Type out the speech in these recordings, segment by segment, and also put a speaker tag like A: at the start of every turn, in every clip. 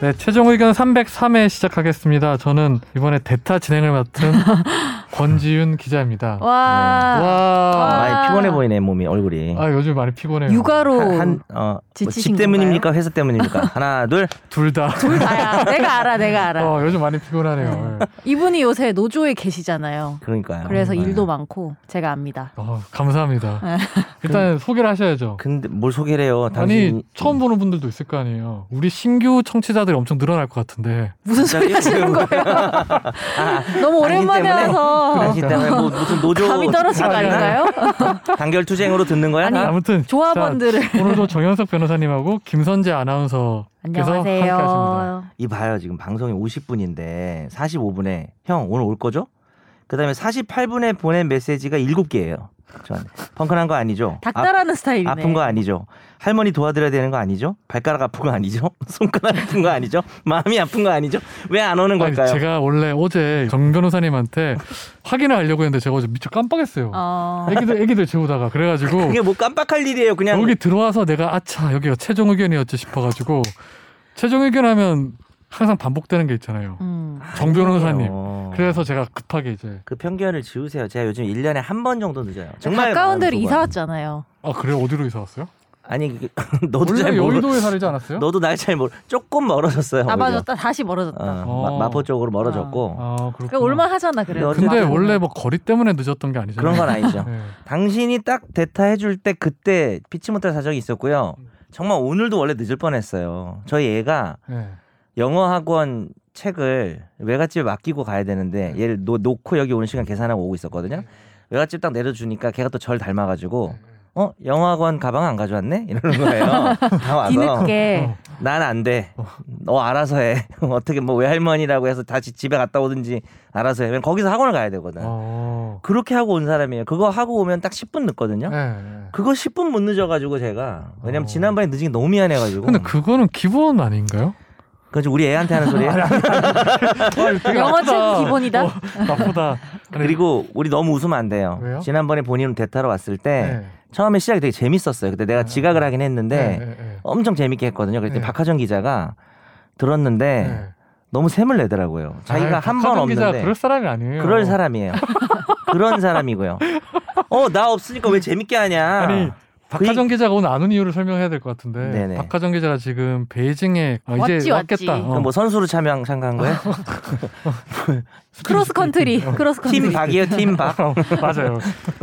A: 네, 최종 의견 303회 시작하겠습니다. 저는 이번에 대타 진행을 맡은 권지윤 기자입니다.
B: 네.
C: 와.
A: 와.
C: 와.
B: 많이 아, 피곤해 보이네 몸이 얼굴이.
A: 아, 요즘 많이 피곤해요.
C: 육아로
B: 한어집
C: 지치신
B: 때문입니까 회사 때문입니까? 하나 둘.
A: 둘 다.
C: 둘 다야. 내가 알아, 내가 알아.
A: 어, 요즘 많이 피곤하네요.
C: 이분이 요새 노조에 계시잖아요.
B: 그러니까요.
C: 그래서
B: 네.
C: 일도 많고 제가 압니다.
A: 어, 감사합니다.
C: 네.
A: 일단
C: 그
A: 소개를 하셔야죠.
B: 근데 뭘 소개를 해요? 당신이
A: 아니, 처음 보는 분들도 있을 거 아니에요. 우리 신규 청취자들이 엄청 늘어날 것 같은데.
C: 무슨 소리 하시는 거예요? 너무 오랜만에
B: 때문에?
C: 와서
B: 당신 때문에 뭐 무슨 노조
C: 감이 떨어진 거 아닌가요?
B: 단결 투쟁으로 듣는 거야?
C: 네.
B: 다?
A: 아무튼
C: 조합원들을
A: 자, 오늘도 정현석 변호사님하고 김선재 아나운서께서 함께하십니다.
C: 안녕하세요.
B: 이 봐요 지금 방송이 50분인데 45분에 형 오늘 올 거죠? 그다음에 48분에 보낸 메시지가 7개예요. 저한테 펑크난 거 아니죠?
C: 닥달하는 스타일이네.
B: 아, 픈거 아니죠? 할머니 도와드려야 되는 거 아니죠? 발가락 아픈 거 아니죠? 손가락 아픈 거 아니죠? 마음이 아픈 거 아니죠? 왜 안 오는
A: 아니,
B: 걸까요?
A: 제가 원래 어제 정 변호사님한테 확인을 하려고 했는데 제가 어제 미처 깜빡했어요.
C: 어.
B: 네.
A: 애기들 애기들 재우다가 그래가지고
B: 그게 뭐 깜빡할 일이에요. 그냥
A: 여기 들어와서 내가 아차 여기가 최종 의견이었지 싶어가지고 최종 의견하면 항상 반복되는 게 있잖아요.
C: 음.
A: 정 변호사님.
B: 어.
A: 그래서 제가 급하게 이제
B: 그 편견을 지우세요. 제가 요즘 1년에 한 번 정도 늦어요. 정말
C: 네, 가까운 데로
B: 마음
C: 이사
B: 좁아요.
C: 왔잖아요.
A: 아 그래 어디로 이사 왔어요?
B: 아니 그- 너도
A: 원래
B: 잘 모르.
A: 여의도에 살지 않았어요?
B: 너도 날 잘 모르. 조금 멀어졌어요.
C: 아
B: 오히려.
C: 맞아, 따- 다시
B: 어,
C: 멀어졌다.
A: 어.
B: 마, 마포 쪽으로 멀어졌고
A: 아
C: 그러
A: 그렇구나.
C: 올만 하잖아 그래도.
B: 근데
A: 근데 원래 뭐 거리 때문에 늦었던 게 아니잖아요.
B: 그런 건 아니죠.
A: 네.
B: 당신이 딱 대타 해줄 때 그때 피치 못할 사정이 있었고요. 정말 오늘도 원래 늦을 뻔했어요. 저희 애가
A: 네.
B: 영어 학원 책을 외갓집에 맡기고 가야 되는데
A: 네.
B: 얘를 놓, 놓고 여기 오는 시간 계산하고 오고 있었거든요. 외갓집 딱 내려주니까 걔가 또 절 닮아가지고
A: 네,
B: 어 영어 학원 가방 안 가져왔네 이러는 거예요. 다 와서
C: 뒤늦게
B: 난 안 돼. 너 알아서 해. 어떻게 뭐 외할머니라고 해서 다시 집에 갔다 오든지 알아서 해. 그냥 거기서 학원을 가야 되거든.
A: 어.
B: 그렇게 하고 온 사람이에요. 그거 하고 오면 딱 10분 늦거든요.
A: 네, 네.
B: 그거 10분 못 늦어가지고 제가 왜냐면
A: 어.
B: 지난번에 늦은 게 너무 미안해가지고.
A: 근데 그거는 기본 아닌가요?
B: 그건 지금 우리 애한테 하는 소리예요.
C: 영어 책 기본이다.
A: 어, 나쁘다. 아니,
B: 그리고 우리 너무 웃으면 안 돼요.
A: 왜요?
B: 지난번에 본인 대타로 왔을 때
A: 네.
B: 처음에 시작이 되게 재밌었어요. 근데 내가
A: 네.
B: 지각을 하긴 했는데
A: 네, 네, 네.
B: 엄청 재밌게 했거든요. 그랬더니
A: 네.
B: 박하정 기자가 들었는데
A: 네.
B: 너무 샘을 내더라고요. 자기가
A: 아이,
B: 한
A: 박하정
B: 번
A: 기자
B: 없는데
A: 그럴 사람이 아니에요.
B: 그럴 사람이에요. 그런 사람이고요. 어, 나 없으니까 왜 재밌게 하냐.
A: 아니 박하정
B: 그
A: 기자가 오늘 안 온 이유를 설명해야 될 것 같은데
B: 네네.
A: 박하정 기자가 지금 베이징에 아, 이제
C: 왔지, 왔지.
A: 왔겠다. 어.
B: 그럼 뭐 선수로 참여 참가한 거예요?
C: 크로스 컨트리,
B: 어.
C: 크로스 컨트리.
B: 팀 박이에요, 팀 박.
A: 맞아요.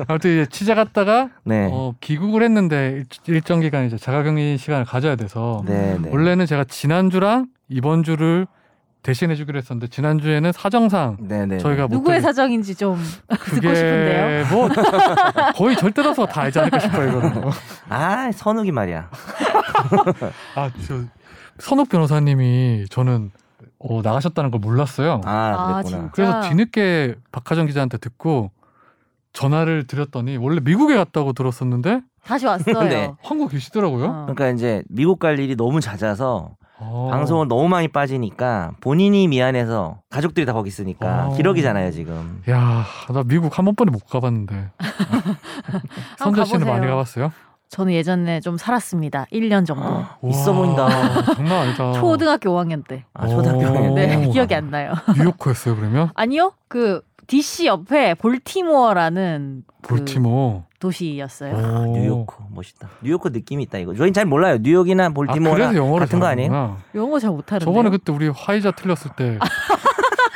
A: 아무튼 이제 취재 갔다가
B: 네.
A: 어, 귀국을 했는데 일- 일정 기간 이제 자가격리 시간을 가져야 돼서
B: 네, 네.
A: 원래는 제가 지난 주랑 이번 주를 대신해 주기로 했었는데 지난 주에는 사정상
B: 네, 네.
A: 저희가 못
C: 누구의
A: 하게-
C: 사정인지 좀 듣고 싶은데요.
A: 그게 뭐 거의 절대라서 다 알지 않을까 싶어요. 이거는.
B: 아, 선욱이 말이야.
A: 아, 저 선욱 변호사님이 저는 어, 나가셨다는 걸 몰랐어요.
B: 아,
C: 아,
B: 그랬구나.
A: 그래서
C: 진짜?
A: 뒤늦게 박하정 기자한테 듣고 전화를 드렸더니 원래 미국에 갔다고 들었었는데
C: 다시 왔어요.
B: 네.
A: 한국에 계시더라고요.
C: 어.
B: 그러니까 이제 미국 갈 일이 너무 잦아서
A: 어.
B: 방송을 너무 많이 빠지니까 본인이 미안해서 가족들이 다 거기 있으니까
A: 어.
B: 기러기잖아요, 지금.
A: 야, 나 미국 한 번뿐에 못 가봤는데. 선재 씨는
C: 아, 가보세요.
A: 많이 가봤어요?
C: 저는 예전에 좀 살았습니다. 1년 정도.
A: 아.
B: 있어
A: 우와,
B: 보인다.
A: 장난 아니다.
C: 초등학교 5학년 때.
B: 아, 초등학교
A: 오.
B: 학년 때.
C: 네,
A: 오.
C: 기억이 안 나요.
A: 뉴요커였어요, 그러면?
C: 아니요, 그 DC 옆에 볼티모어라는 그
A: 볼티모.
C: 도시였어요.
A: 오.
B: 아, 뉴요크 멋있다. 뉴요크 느낌이 있다 이거. 저희는 잘 몰라요. 뉴욕이나 볼티모어나
A: 아, 그래서 영어를
B: 같은 거 아니에요?
A: 잘하는구나.
C: 영어 잘 못하는데.
A: 저번에 그때 우리 화이자 틀렸을 때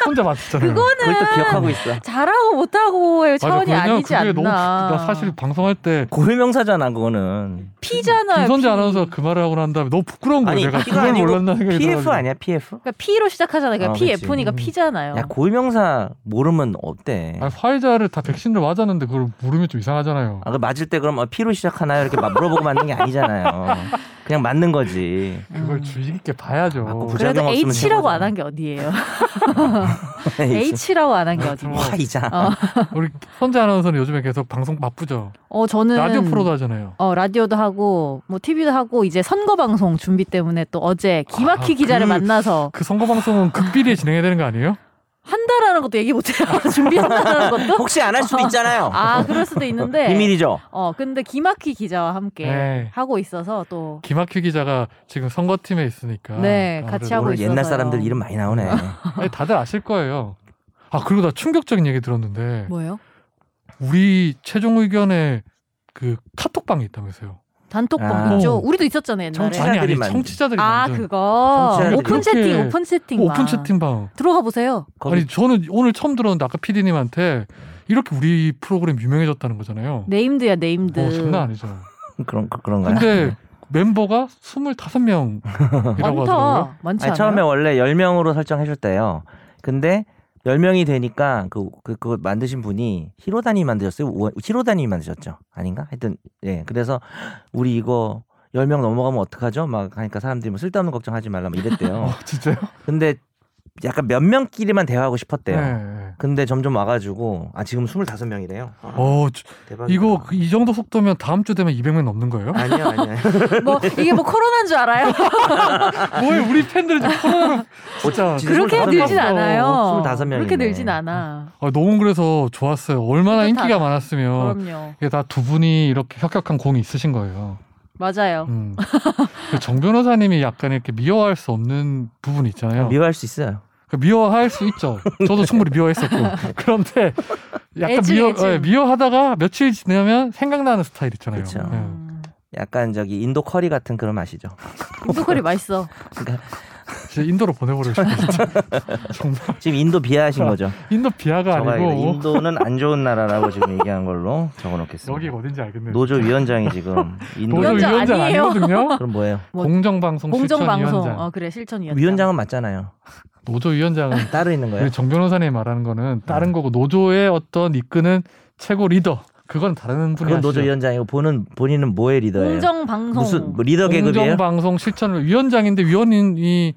A: 혼자 맞췄잖아요.
B: 그걸 또 기억하고 있어.
C: 잘하고 못하고의
A: 맞아,
C: 차원이
A: 왜냐면
C: 아니지 않나.
A: 그게 너무 웃기- 나 사실 방송할 때
B: 고유명사잖아 그거는.
C: 피잖아요.
A: 김선재
C: 피.
A: 아나운서 그 말을 하고 난 다음에 너무 부끄러운 거예요.
B: 아니
A: 내가
B: P가
A: 그걸
B: 아니고
A: 몰랐나 생각이
B: PF
A: 들어가지고.
B: 아니야 PF?
C: 그러니까 P로 시작하잖아요. 그러니까
B: 아, 그치.
C: PF니까
A: 음.
C: 피잖아요.
B: 야 고유명사 모르면 어때?
A: 아니, 화이자를 다 백신을 맞았는데 그걸 모르면 좀 이상하잖아요.
B: 아, 그 맞을 때 그럼 어, 피로 시작하나요? 이렇게 막 물어보고 맞는 게 아니잖아요. 그냥 맞는 거지.
C: 음.
A: 그걸 주의 깊게 봐야죠.
B: 아, 그 부자-
C: 그래도
B: 부작용
C: H라고
B: 없으면 최고죠.
C: 안 한 게 어디예요? H라고 안 한 게
A: 음.
C: 어디예요?
B: 화이자.
C: 어.
A: 우리 선재 아나운서는 요즘에 계속 방송 바쁘죠.
C: 어 저는
A: 라디오 프로도 하잖아요.
C: 어 라디오도 하고 뭐 TV도 하고 이제 선거 방송 준비 때문에 또 어제 김학휘
A: 아,
C: 기자를
A: 그-
C: 만나서
A: 그 선거 방송은 극비리에 진행해야 되는 거 아니에요?
C: 한다라는 것도 얘기 못해요. 준비한다라는 것도.
B: 혹시 안 할 수도 있잖아요.
C: 아 그럴 수도 있는데.
B: 비밀이죠.
C: 어 근데 김학휘 기자와 함께
A: 네.
C: 하고 있어서 또.
A: 김학규 기자가 지금 선거팀에 있으니까.
C: 네, 같이 하고
A: 아무래도-
B: 오늘 옛날
C: 있어서요.
B: 사람들 이름 많이 나오네.
A: 아니, 다들 아실 거예요. 아 그리고 나 충격적인 얘기 들었는데
C: 뭐예요?
A: 우리 최종 의견에 그 카톡방이 있다면서요.
C: 단톡방
B: 아.
A: 어.
C: 있죠. 우리도 있었잖아요 옛날에.
B: 청취자-
A: 아니 아니
B: 청취자들이 만든-
A: 청취자들이
C: 네. 아
A: 만든
C: 그거
B: 청취자들이
C: 오픈 채팅
A: 그렇게-
C: 오픈 채팅
A: 오픈 채팅방.
C: 들어가 보세요.
B: 거기
A: 아니 저는 오늘 처음 들었는데 아까 PD님한테 이렇게 우리 프로그램 유명해졌다는 거잖아요.
C: 네임드야 네임드.
A: 어, 장난 아니죠.
B: 그런 그- 그런가요?
A: 근데 멤버가 25명이라고 하더라고요.
C: 많다. 많지
B: 아니,
C: 않아요?
B: 처음에 원래 10명으로 설정하셨대요. 근데 10명이 되니까 그, 그, 그거 만드신 분이 히로다니 만드셨어요? 우원- 히로다니 만드셨죠? 아닌가? 하여튼, 예. 그래서 우리 이거 10명 넘어가면 어떡하죠? 막 하니까 사람들이 뭐 쓸데없는 걱정하지 말라 막 이랬대요.
A: 어, 진짜요?
B: 근데 약간 몇 명끼리만 대화하고
A: 네.
B: 싶었대요.
A: 네.
B: 근데 점점 와가지고, 아, 지금 25명이래요. 아,
A: 어, 저-
B: 대박.
A: 이거 그이 정도 속도면 다음 주 되면 200명 넘는 거예요?
B: 아니요, 아니요.
C: 뭐 이게 뭐 코로나인 줄 알아요?
A: 뭐에 우리 팬들이 지금 코로나로 진짜
B: 진짜
C: 그렇게
B: 스물다섯
C: 늘진
B: 명.
C: 않아요.
B: 스물다섯 명이네.
C: 그렇게 늘진 않아.
A: 아, 너무 그래서 좋았어요. 얼마나
C: 뿌듯하다.
A: 인기가 많았으면
C: 그럼요.
A: 이게 다 두 분이 이렇게 혁혁한 공이 있으신 거예요.
C: 맞아요.
A: 음. 그정 변호사님이 약간 이렇게 미워할 수 없는 부분이 있잖아요.
B: 미워할 수 있어요.
A: 그 미워할 수 있죠. 저도 충분히 미워했었고. 그런데 약간
C: 애증,
A: 미워
C: 애증.
A: 예, 미워하다가 며칠 지나면 생각나는 스타일 있잖아요.
B: 그쵸.
A: 예.
C: 음.
B: 약간 저기 인도 커리 같은 그런 맛이죠.
C: 인도커리 맛있어.
A: 진짜 인도로 보내버리고 싶어요. 정말
B: 지금 인도 비하하신 거죠?
A: 인도 비하가
B: 저가 이거
A: 아, 아니고
B: 인도는 안 좋은 나라라고 지금 얘기한 걸로 적어놓겠습니다.
A: 여기 어딘지 알겠네요.
B: 노조 위원장이 지금 인도
A: 노조
C: 위원장
A: 위원장
C: 아니에요.
A: 아니거든요.
B: 그럼 뭐예요?
C: 뭐-
A: 공정방송
C: 공정방송.
A: 실천위원장.
C: 어 그래 실천 위원장.
B: 위원장은 맞잖아요.
A: 노조 위원장은
B: 따로 있는 거예요.
A: 우리 정 변호사님이 말하는 거는
B: 네.
A: 다른 거고 노조의 어떤 이끄는 최고 리더 그건 다른 분이
B: 그건 노조
A: 하시죠.
B: 위원장이고 보는 본인은 뭐의 리더예요?
C: 공정방송
B: 네. 무슨 뭐 리더 계급이에요?
A: 공정방송 실천 위원장인데 위원이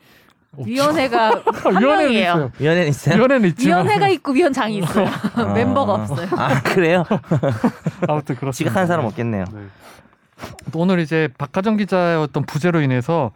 A: 없죠.
B: 어,
C: 위원회가 한
A: 위원회는
C: 명이에요.
A: 있어요.
B: 위원회는 있어요?
A: 위원회는 있지만
C: 위원회가 있고 위원장이 있어요.
B: 아.
C: 멤버가 없어요.
B: 아 그래요?
A: 아무튼 그렇습니다.
B: 지각한 사람 없겠네요.
A: 네. 또 오늘 이제 박하정 기자의 어떤 부재로 인해서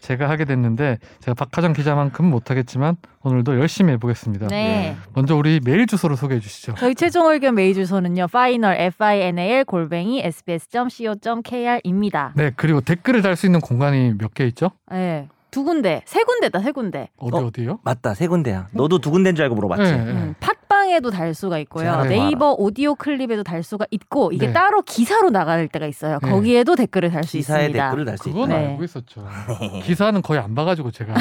A: 제가 하게 됐는데 제가 박하정 기자만큼은 못하겠지만 오늘도 열심히 해보겠습니다.
C: 네.
A: 먼저 우리 메일 주소를 소개해 주시죠.
C: 저희 최종 의견 메일 주소는요. final f i n a l 골뱅이 s b s c o k r 입니다.
A: 네 그리고 댓글을 달 수 있는 공간이 몇 개 있죠?
C: 예. 두 군데, 세 군데다 세 군데.
A: 어디
B: 어,
A: 어, 디요
B: 맞다 세 군데야. 너도 두 군데인 줄 알고 물어봤지.
A: 네.
C: 음, 팟빵에도 달 수가 있고요.
A: 잘
C: 네이버 오디오 클립에도 달 수가 있고 이게
A: 네.
C: 따로 기사로 나갈 때가 있어요.
A: 네.
C: 거기에도 댓글을 달 수
B: 기사에
C: 있습니다.
B: 댓글을 달 수 있다.
A: 그건
C: 네.
A: 알고 있었죠. 기사는 거의 안 봐가지고 제가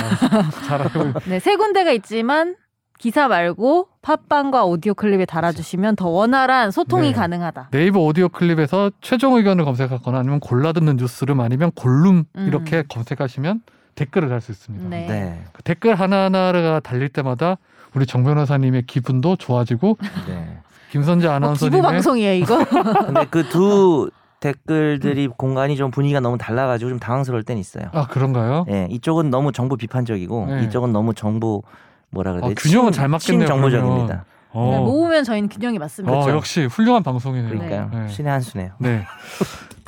A: 잘 알고
C: 네, 세 군데가 있지만 기사 말고 팟빵과 오디오 클립에 달아주시면 더 원활한 소통이
A: 네.
C: 가능하다.
A: 네이버 오디오 클립에서 최종 의견을 검색하거나 아니면 골라 듣는 뉴스룸 아니면 골룸
C: 음.
A: 이렇게 검색하시면 댓글을 달 수 있습니다.
C: 네.
B: 네.
A: 그 댓글 하나하나가 달릴 때마다 우리 정 변호사님의 기분도 좋아지고
B: 네.
A: 김선재
C: 뭐
A: 아나운서님의
C: 기부 방송이에요, 이거.
B: 근데 그 두 댓글들이 공간이 좀 분위기가 너무 달라가지고 좀 당황스러울 땐 있어요.
A: 아 그런가요?
B: 예, 이쪽은 너무 정부 비판적이고
A: 네.
B: 이쪽은 너무 정부 뭐라 그래야
A: 아,
B: 되지?
A: 균형은 잘 맞겠네요,
B: 정부적입니다.
C: 네, 그렇죠.
A: 어,
C: 모으면 저희는 균형이 맞습니다.
A: 어, 역시 훌륭한 방송이네요.
B: 그러니까요.
A: 네.
B: 신의 한 수네요.
A: 네.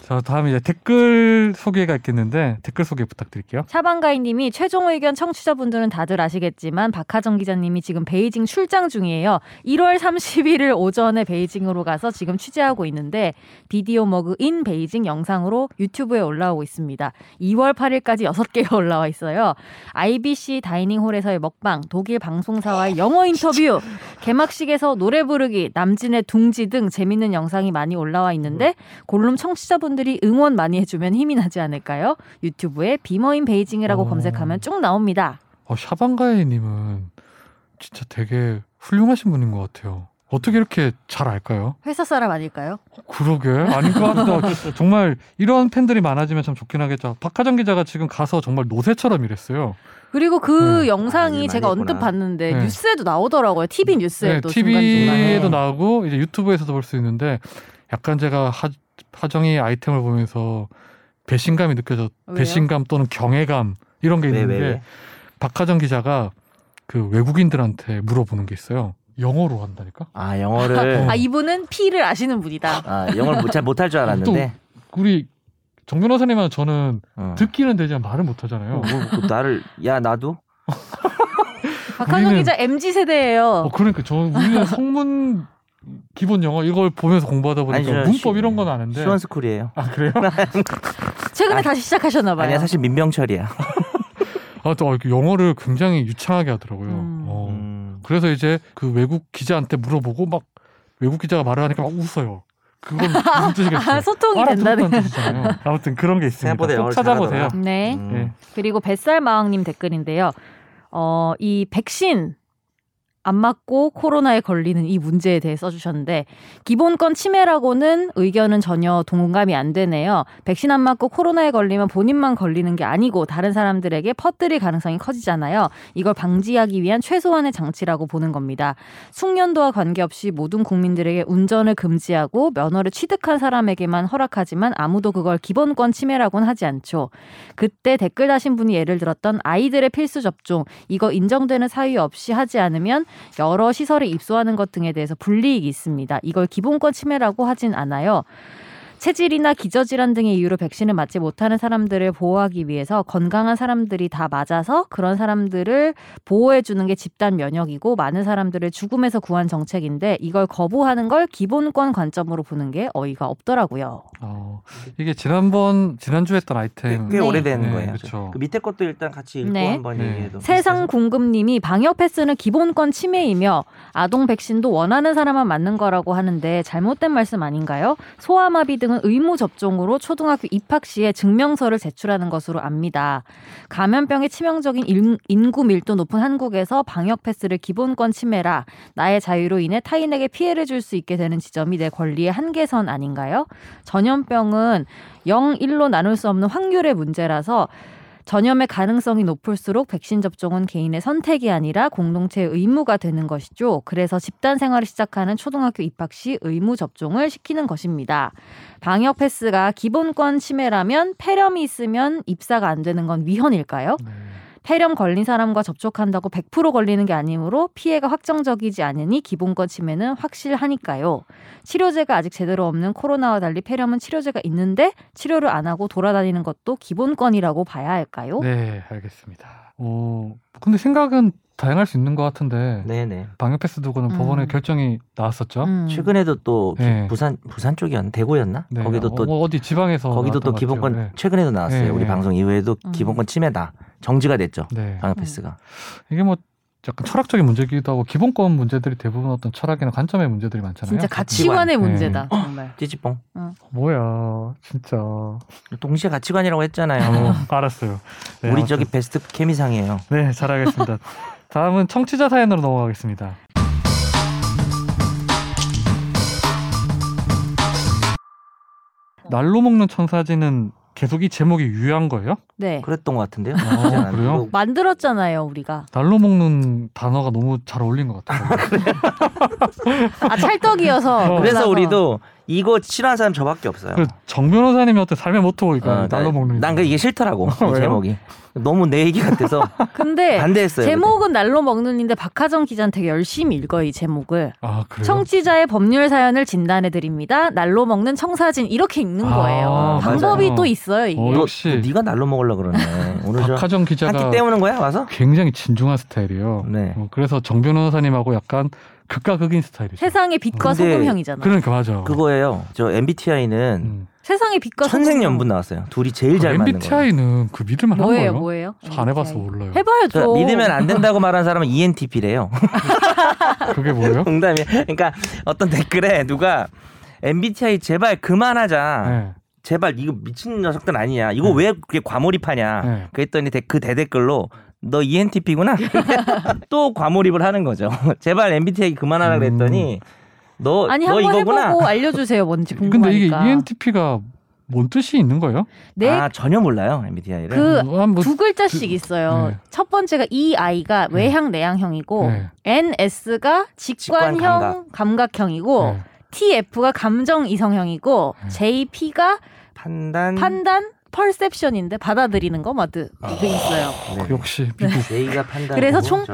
A: 자 다음 이제 댓글 소개가 있겠는데 댓글 소개 부탁드릴게요.
C: 차방가이님이 최종 의견 청취자분들은 다들 아시겠지만 박하정 기자님이 지금 베이징 출장 중이에요. 1월 31일 오전에 베이징으로 가서 지금 취재하고 있는데 비디오 머그 인 베이징 영상으로 유튜브에 올라오고 있습니다. 2월 8일까지 6개가 올라와 있어요. IBC 다이닝홀에서의 먹방, 독일 방송사와의 영어 인터뷰, 개막식에서 노래 부르기, 남진의 둥지 등 재밌는 영상이 많이 올라와 있는데 골룸 청취자분들이 응원 많이 해주면 힘이 나지 않을까요? 유튜브에 비머인 베이징이라고
A: 오.
C: 검색하면 쭉 나옵니다.
A: 어, 샤방가이님은 진짜 되게 훌륭하신 분인 것 같아요. 어떻게 이렇게 잘 알까요?
C: 회사 사람 아닐까요?
A: 그러게 아닌가 합니다. 정말 이런 팬들이 많아지면 참 좋긴 하겠죠. 박하정 기자가 지금 가서 정말 노새처럼 일했어요.
C: 그리고 그
A: 네.
C: 영상이
B: 아, 일
C: 제가
B: 많이
C: 언뜻
B: 했구나.
C: 봤는데
A: 네.
C: 뉴스에도 나오더라고요. TV 뉴스에도 네, 중간중간에.
A: TV에도 네, 나오고 이제 유튜브에서도 볼 수 있는데 약간 제가 하, 하정이 아이템을 보면서 배신감이 느껴졌.
C: 왜요?
A: 배신감 또는 경외감 이런 게
B: 왜,
A: 있는데
B: 왜, 왜?
A: 박하정 기자가 그 외국인들한테 물어보는 게 있어요. 영어로 한다니까.
B: 아, 영어를.
C: 아 이분은 피를 아시는 분이다.
B: 아, 영어를 못- 잘 못할 줄 알았는데.
A: 우리 정 변호사님은 저는
B: 어.
A: 듣기는 되지만 말을 못 하잖아요.
B: 뭐, 뭐, 나를, 야, 나도?
C: 박한성
A: 우리는-
C: 기자 MZ 세대예요.
A: 어, 그러니까 저 우리는 성문 기본 영어 이걸 보면서 공부하다 보니까
B: 아니, 저
A: 그러니까 문법
B: 시-
A: 이런 건 아는데
B: 시원스쿨이에요.
A: 아 그래요?
C: 최근에 다시 시작하셨나 봐요.
B: 아니야 사실 민병철이야.
A: 아또 어, 이렇게 영어를 굉장히 유창하게 하더라고요.
C: 음.
A: 어.
B: 음.
A: 그래서 이제 그 외국 기자한테 물어보고 막 외국 기자가 말을 하니까 막 웃어요. 그건 무슨
C: 아,
A: 뜻이겠어요?
C: 소통이
A: 알아듣는다는
C: 된다는.
A: 뜻이잖아요. 아무튼 그런 게 있습니다.
B: 생각보다
A: 꼭
B: 영어를
A: 찾아보세요.
B: 잘하더라.
C: 네.
B: 음.
A: 네.
C: 그리고 뱃살마왕님 댓글인데요. 어, 이 백신 안 맞고 코로나에 걸리는 이 문제에 대해 써주셨는데 기본권 침해라고는 의견은 전혀 동감이 안 되네요. 백신 안 맞고 코로나에 걸리면 본인만 걸리는 게 아니고 다른 사람들에게 퍼뜨릴 가능성이 커지잖아요. 이걸 방지하기 위한 최소한의 장치라고 보는 겁니다. 숙련도와 관계없이 모든 국민들에게 운전을 금지하고 면허를 취득한 사람에게만 허락하지만 아무도 그걸 기본권 침해라고는 하지 않죠. 그때 댓글 다신 분이 예를 들었던 아이들의 필수 접종 이거 인정되는 사유 없이 하지 않으면 여러 시설에 입소하는 것 등에 대해서 불이익이 있습니다. 이걸 기본권 침해라고 하진 않아요. 체질이나 기저질환 등의 이유로 백신을 맞지 못하는 사람들을 보호하기 위해서 건강한 사람들이 다 맞아서 그런 사람들을 보호해 주는 게 집단 면역이고 많은 사람들을 죽음에서 구한 정책인데 이걸 거부하는 걸 기본권 관점으로 보는 게 어이가 없더라고요.
A: 어, 이게 지난번 지난주 에 했던
B: 꽤,
A: 아이템
B: 꽤
C: 네.
B: 오래된
A: 네,
B: 거예요.
A: 그쵸.
B: 그 밑에 것도 일단 같이 읽고
C: 네.
B: 한번
A: 네.
B: 얘기해도.
C: 세상 공급님이 방역 패스는 기본권 침해이며 아동 백신도 원하는 사람만 맞는 거라고 하는데 잘못된 말씀 아닌가요? 소아마비 등은 의무 접종으로 초등학교 입학 시에 증명서를 제출하는 것으로 압니다. 감염병의 치명적인 인- 인구 밀도 높은 한국에서 방역 패스를 기본권 침해라 나의 자유로 인해 타인에게 피해를 줄 수 있게 되는 지점이 내 권리의 한계선 아닌가요? 전염병은 0, 1로 나눌 수 없는 확률의 문제라서 전염의 가능성이 높을수록 백신 접종은 개인의 선택이 아니라 공동체의 의무가 되는 것이죠. 그래서 집단 생활을 시작하는 초등학교 입학 시 의무 접종을 시키는 것입니다. 방역 패스가 기본권 침해라면 폐렴이 있으면 입사가 안 되는 건 위헌일까요?
A: 네.
C: 폐렴 걸린 사람과 접촉한다고 100% 걸리는 게 아니므로 피해가 확정적이지 않으니 기본권 침해는 확실하니까요. 치료제가 아직 제대로 없는 코로나와 달리 폐렴은 치료제가 있는데 치료를 안 하고 돌아다니는 것도 기본권이라고 봐야 할까요?
A: 네, 알겠습니다. 어, 근데 생각은 다양할 수 있는 것 같은데
B: 네네.
A: 방역 패스 두고는
C: 음.
A: 법원의 결정이 나왔었죠.
C: 음.
B: 최근에도 또 부-
A: 네.
B: 부산 부산 쪽이었나 대구였나
A: 네,
B: 거기도
A: 어,
B: 또
A: 어, 어디 지방에서
B: 거기도
A: 나왔던
B: 또
A: 것
B: 기본권
A: 같아요.
B: 최근에도 나왔어요.
A: 네,
B: 우리
A: 네.
B: 방송 이후에도
C: 음.
B: 기본권 침해다 정지가 됐죠.
A: 네. 네.
B: 방역 패스가.
A: 이게 뭐 약간 철학적인 문제기도 하고 기본권 문제들이 대부분 어떤 철학이나 관점의 문제들이 많잖아요. 음.
C: 진짜 음. 가치관의 문제다 정말.
B: 찌찌뽕.
A: 뭐야, 진짜.
B: 동시에 가치관이라고 했잖아요.
A: 알았어요. 네,
B: 우리
A: 아무튼.
B: 저기 베스트 케미상이에요.
A: 네, 잘하겠습니다. 다음은 청취자 사연으로 넘어가겠습니다. 날로 먹는 천사지는 계속 이 제목이 유효한 거예요?
C: 네.
B: 그랬던 것 같은데요. 뭐
A: 아, 그래요?
C: 만들었잖아요 우리가.
A: 날로 먹는 단어가 너무 잘 어울린 것 같아요.
C: 아 찰떡이어서.
A: 어.
B: 그래서
C: 골라서.
B: 우리도 이거 싫어하는 사람 저밖에 없어요.
A: 그정 변호사님이 어떤 삶의 모토가
B: 어,
A: 그러니까 날로 먹는.
B: 네.
A: 어,
B: 난 그게 싫더라고 이
A: 왜요?
B: 제목이 너무 내 얘기 같아서
C: 근데
B: 반대했어요.
C: 네. 제목은 날로 먹는인데 박하정 기자는 되게 열심히 읽어 이 제목을.
A: 아 그래요?
C: 청취자의 법률 사연을 진단해 드립니다. 날로 먹는 청사진 이렇게 읽는
A: 아,
C: 거예요.
A: 맞아요.
C: 방법이 또 있어요 이게.
A: 어,
B: 너,
A: 역시.
B: 너 네가 날로 먹으려 그러네. 오늘 저
A: 박하정
B: 한 끼
A: 기자가
B: 때우는 거야 와서?
A: 굉장히 진중한 스타일이에요.
B: 네.
A: 어, 그래서 정 변호사님하고 약간 극과 극인 스타일이죠.
C: 세상의 빛과
B: 근데
C: 소금형이잖아.
A: 그러니까 맞아.
B: 그거예요. 저 MBTI는
A: 음.
C: 세상의 빛과
B: 천생연분 나왔어요. 둘이 제일 잘 맞는 거예요.
A: MBTI는 그 믿을만 한
C: 소금형. 뭐예요,
A: 거예요?
C: 뭐예요?
A: 저안 해봐서 몰라요.
C: 해봐야죠.
B: 그러니까 믿으면 안 된다고 말한 사람은 E ENTP래요.
A: 그게 뭐예요?
B: 농담이에요. 그러니까 어떤 댓글에 누가 MBTI 제발 그만하자.
A: 네.
B: 제발 이거 미친 녀석들 아니냐. 이거 왜 그게 과몰입하냐.
A: 네.
B: 그랬더니 대- 그 대댓글로 너 E ENTP구나. 또 과몰입을 하는 거죠. 제발 MBTI
A: 음.
B: 그만하라 그랬더니 너,
C: 아니
B: 너
C: 한번
B: 이거구나.
C: 해보고 알려주세요 뭔지
A: 근데 이게
C: 궁금하니까.
A: ENTP가 뭔 뜻이 있는 거예요?
C: 내
B: 아 전혀 몰라요 MBTI를.
C: 네. 그
A: 뭐, 한 뭐-
C: 두 글자씩
A: 그-
C: 있어요.
A: 네.
C: 첫 번째가 EI가 외향 내향형이고
A: 네.
C: NS가 직관형
B: 직관 감각.
C: 감각형이고
A: 네.
C: TF가 감정 이성형이고
A: 네.
C: JP가
B: 판단.
C: 판단 퍼셉션인데 받아들이는 거 맞드 이게 있어요.
B: 네.
A: 그 역시 미국.
B: J가 판단.
C: 그래서 총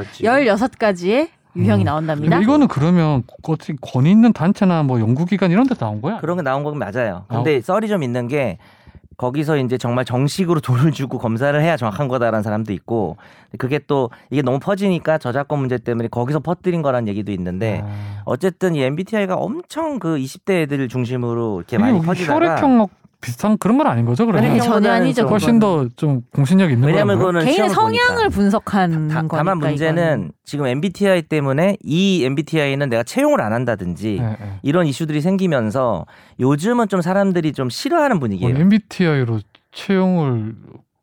C: 16가지의 유형이
A: 음.
C: 나온답니다.
A: 이거는 그러면 어떻게 권위 있는 단체나 뭐 연구기관 이런 데 나온 거야?
B: 어. 그런 게 나온 건 맞아요. 근데 썰이 좀 있는 게 거기서 이제 정말 정식으로 돈을 주고 검사를 해야 정확한 거다라는 사람도 있고 그게 또 이게 너무 퍼지니까 저작권 문제 때문에 거기서 퍼뜨린 거라는 얘기도 있는데
A: 아.
B: 어쨌든 이 MBTI가 엄청 그 20대 애들 중심으로 이렇게 많이
A: 이게
B: 퍼지다가
A: 혈액형학 비슷한 그런 건 아닌 거죠? 그러면
C: 아니, 전혀 아니죠.
B: 좀
A: 훨씬 더 좀 공신력 있는
B: 왜냐면
A: 거예요.
B: 그거는
C: 개인의
B: 시험을
C: 성향을
B: 보니까.
C: 분석한
B: 다,
C: 거니까
B: 다만 문제는
C: 이건.
B: 지금 MBTI 때문에 이 MBTI는 내가 채용을 안 한다든지
A: 네,
B: 이런 이슈들이 생기면서 요즘은 좀 사람들이 좀 싫어하는 분위기예요.
A: MBTI로 뭐 채용을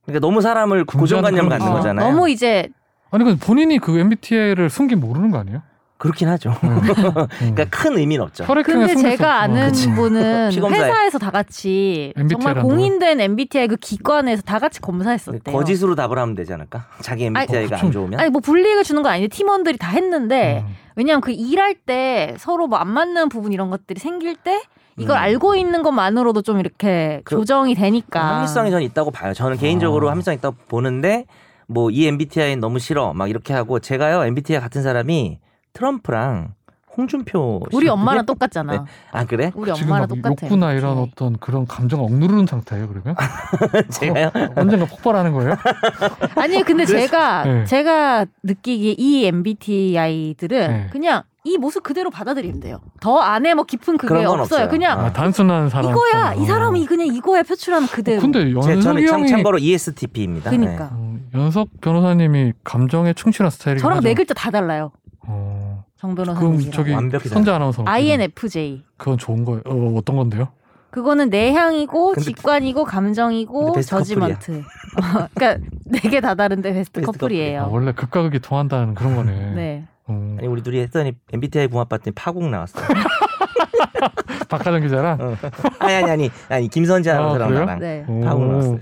B: 그러니까 너무 사람을 고정관념 갖는
A: 어,
B: 거잖아요.
C: 너무 이제
A: 아니 그 본인이 그 MBTI를 숨긴 모르는 거 아니에요?
B: 그렇긴 하죠.
A: 그러니까
B: 그러니까 큰 의미는 없죠.
A: 혈액형에
C: 근데 제가 아는 분은
B: 피검사에.
C: 회사에서 다 같이
A: 어, MBTI
C: 정말
A: 라는
C: 공인된 MBTI 그 기관에서 다 같이 검사했었대요.
B: 네, 거짓으로 답을 하면 되지 않을까? 자기 MBTI가
A: 그쵸.
B: 안 좋으면.
C: 아니 뭐 불리익을 주는 건 아닌데 팀원들이 다 했는데
A: 음.
C: 왜냐하면 그 일할 때 서로 뭐 안 맞는 부분 이런 것들이 생길 때 이걸
B: 음.
C: 알고 있는 것만으로도 좀 이렇게
B: 그-
C: 조정이 되니까
B: 합리성이 전 있다고 봐요. 저는 개인적으로 합리성 이 있다고 보는데 뭐 이 MBTI는 너무 싫어 막 이렇게 하고 제가요 MBTI 같은 사람이 트럼프랑 홍준표 씨.
C: 우리 엄마랑 어. 똑같잖아.
B: 네. 아 그래?
C: 우리
A: 지금 막
C: 엄마랑 똑같아.
A: 욕구나 이런 어떤 그런 감정을 억누르는 상태예요. 그러면
B: 제가요?
A: 언젠가 폭발하는 거예요?
C: 아니 근데 제가
A: 네.
C: 제가 느끼기에 이 MBTI들은
A: 네.
C: 그냥 이 모습 그대로 받아들이면 돼요. 더 안에 뭐 깊은 그게
B: 그런 건
C: 없어요.
B: 없어요.
C: 그냥
A: 아, 단순한 사람.
C: 이거야 이
A: 어.
C: 사람이 그냥 이거야 표출하면 그대로.
A: 근데
B: 제 저는
A: 연석이
B: 참,
A: 형이
B: 참고로 E ESTP입니다.
C: 그러니까
A: 어, 연석 변호사님이 감정에 충실한 스타일이긴
C: 저랑
A: 하죠.
C: 네 글자 다 달라요.
A: 어,
C: 정
A: 그럼
C: 변호사님.
A: 저기
B: 완벽히
A: 선재 아나운서
C: INFJ.
A: 그건 좋은 거예요. 어, 어떤 건데요?
C: 그거는 내향이고
B: 근데-
C: 직관이고
B: 근데
C: 감정이고
B: 베스트 커플이야.
C: 저지먼트. 어, 그러니까 네 개 다 다른데 베스트,
B: 베스트
A: 아,
C: 커플이에요.
A: 원래 극과 극이 통한다는 그런 거네.
C: 네.
A: 음,
B: 아니 우리 둘이 했더니 MBTI 궁합 봤더니 파국 나왔어.
A: 박하정 기자랑
B: 어. 아니 아니 아니 아니 김선재
A: 아,
B: 아나운서랑
A: 그래요?
B: 나랑
C: 네.
A: 오.
B: 파국 나왔어요.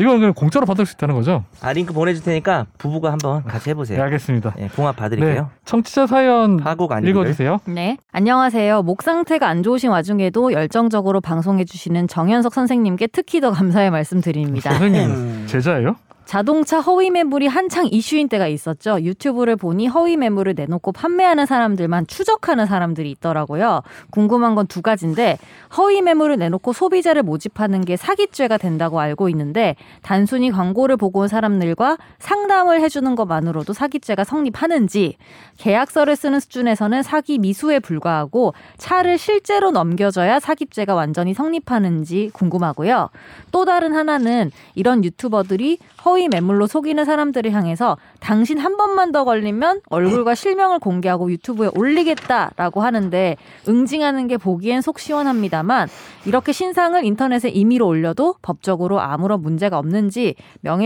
A: 이건 그냥 공짜로 받을 수 있다는 거죠?
B: 아 링크 보내줄 테니까 부부가 한번 같이
A: 네,
B: 해보세요.
A: 알겠습니다. 네,
B: 예, 궁합 봐드릴게요.
A: 청취자 사연
B: 파국 아니기를.
A: 읽어주세요.
C: 네. 안녕하세요. 목 상태가 안 좋으신 와중에도 열정적으로 방송해주시는 정현석 선생님께 특히 더 감사의 말씀 드립니다.
A: 선생님
B: 음.
A: 제자예요?
C: 자동차 허위 매물이 한창 이슈인 때가 있었죠. 유튜브를 보니 허위 매물을 내놓고 판매하는 사람들만 추적하는 사람들이 있더라고요. 궁금한 건 두 가지인데 허위 매물을 내놓고 소비자를 모집하는 게 사기죄가 된다고 알고 있는데 단순히 광고를 보고 온 사람들과 상담을 해주는 것만으로도 사기죄가 성립하는지 계약서를 쓰는 수준에서는 사기 미수에 불과하고 차를 실제로 넘겨줘야 사기죄가 완전히 성립하는지 궁금하고요. 또 다른 하나는 이런 유튜버들이 허위 매물로 속이는 사람들을 향해서 당신 한 번만 더 걸리면 얼굴과 실명을 공개하고 유튜브에 올리겠다라고 하는데 응징하는 게 보기엔 속 시원합니다만 이렇게 신상을 인터넷에 임의로 올려도 법적으로 아무런 문제가 없는지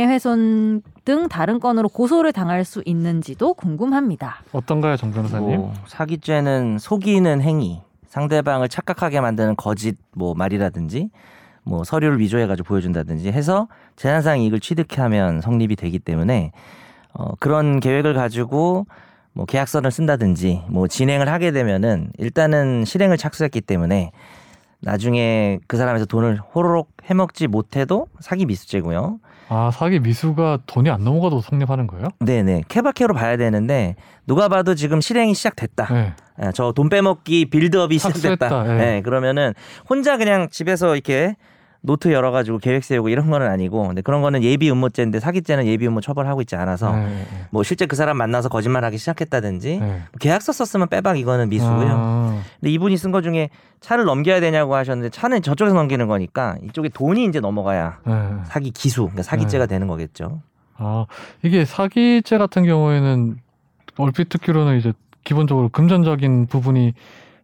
C: 명예훼손 등 다른 건으로 고소를 당할 수 있는지도 궁금합니다.
A: 어떤가요, 정 변호사님?
B: 뭐, 사기죄는 속이는 행위, 상대방을 착각하게 만드는 거짓 뭐 말이라든지 뭐 서류를 위조해가지고 보여준다든지 해서 재산상 이익을 취득하면 성립이 되기 때문에 어, 그런 계획을 가지고 뭐 계약서를 쓴다든지 뭐 진행을 하게 되면은 일단은 실행을 착수했기 때문에 나중에 그 사람에서 돈을 호로록 해먹지 못해도 사기 미수죄고요.
A: 아 사기 미수가 돈이 안 넘어가도 성립하는 거예요?
B: 네네 케바케로 봐야 되는데 누가 봐도 지금 실행이 시작됐다.
A: 네.
B: 예, 저 돈 빼먹기 빌드업이
A: 착수했다,
B: 시작됐다.
A: 예.
B: 예, 그러면은 혼자 그냥 집에서 이렇게 노트 열어가지고 계획 세우고 이런 거는 아니고 근데 그런 거는 예비 음모죄인데 사기죄는 예비 음모 처벌하고 있지 않아서
A: 네, 네,
B: 뭐 실제 그 사람 만나서 거짓말하기 시작했다든지
A: 네.
B: 계약서 썼으면 빼박 이거는 미수고요.
A: 아,
B: 근데 이분이 쓴 거 중에 차를 넘겨야 되냐고 하셨는데 차는 저쪽에서 넘기는 거니까 이쪽에 돈이 이제 넘어가야
A: 네.
B: 사기 기수 그러니까 사기죄가 되는 거겠죠.
A: 아 이게 사기죄 같은 경우에는 얼핏 듣기로는 이제 기본적으로 금전적인 부분이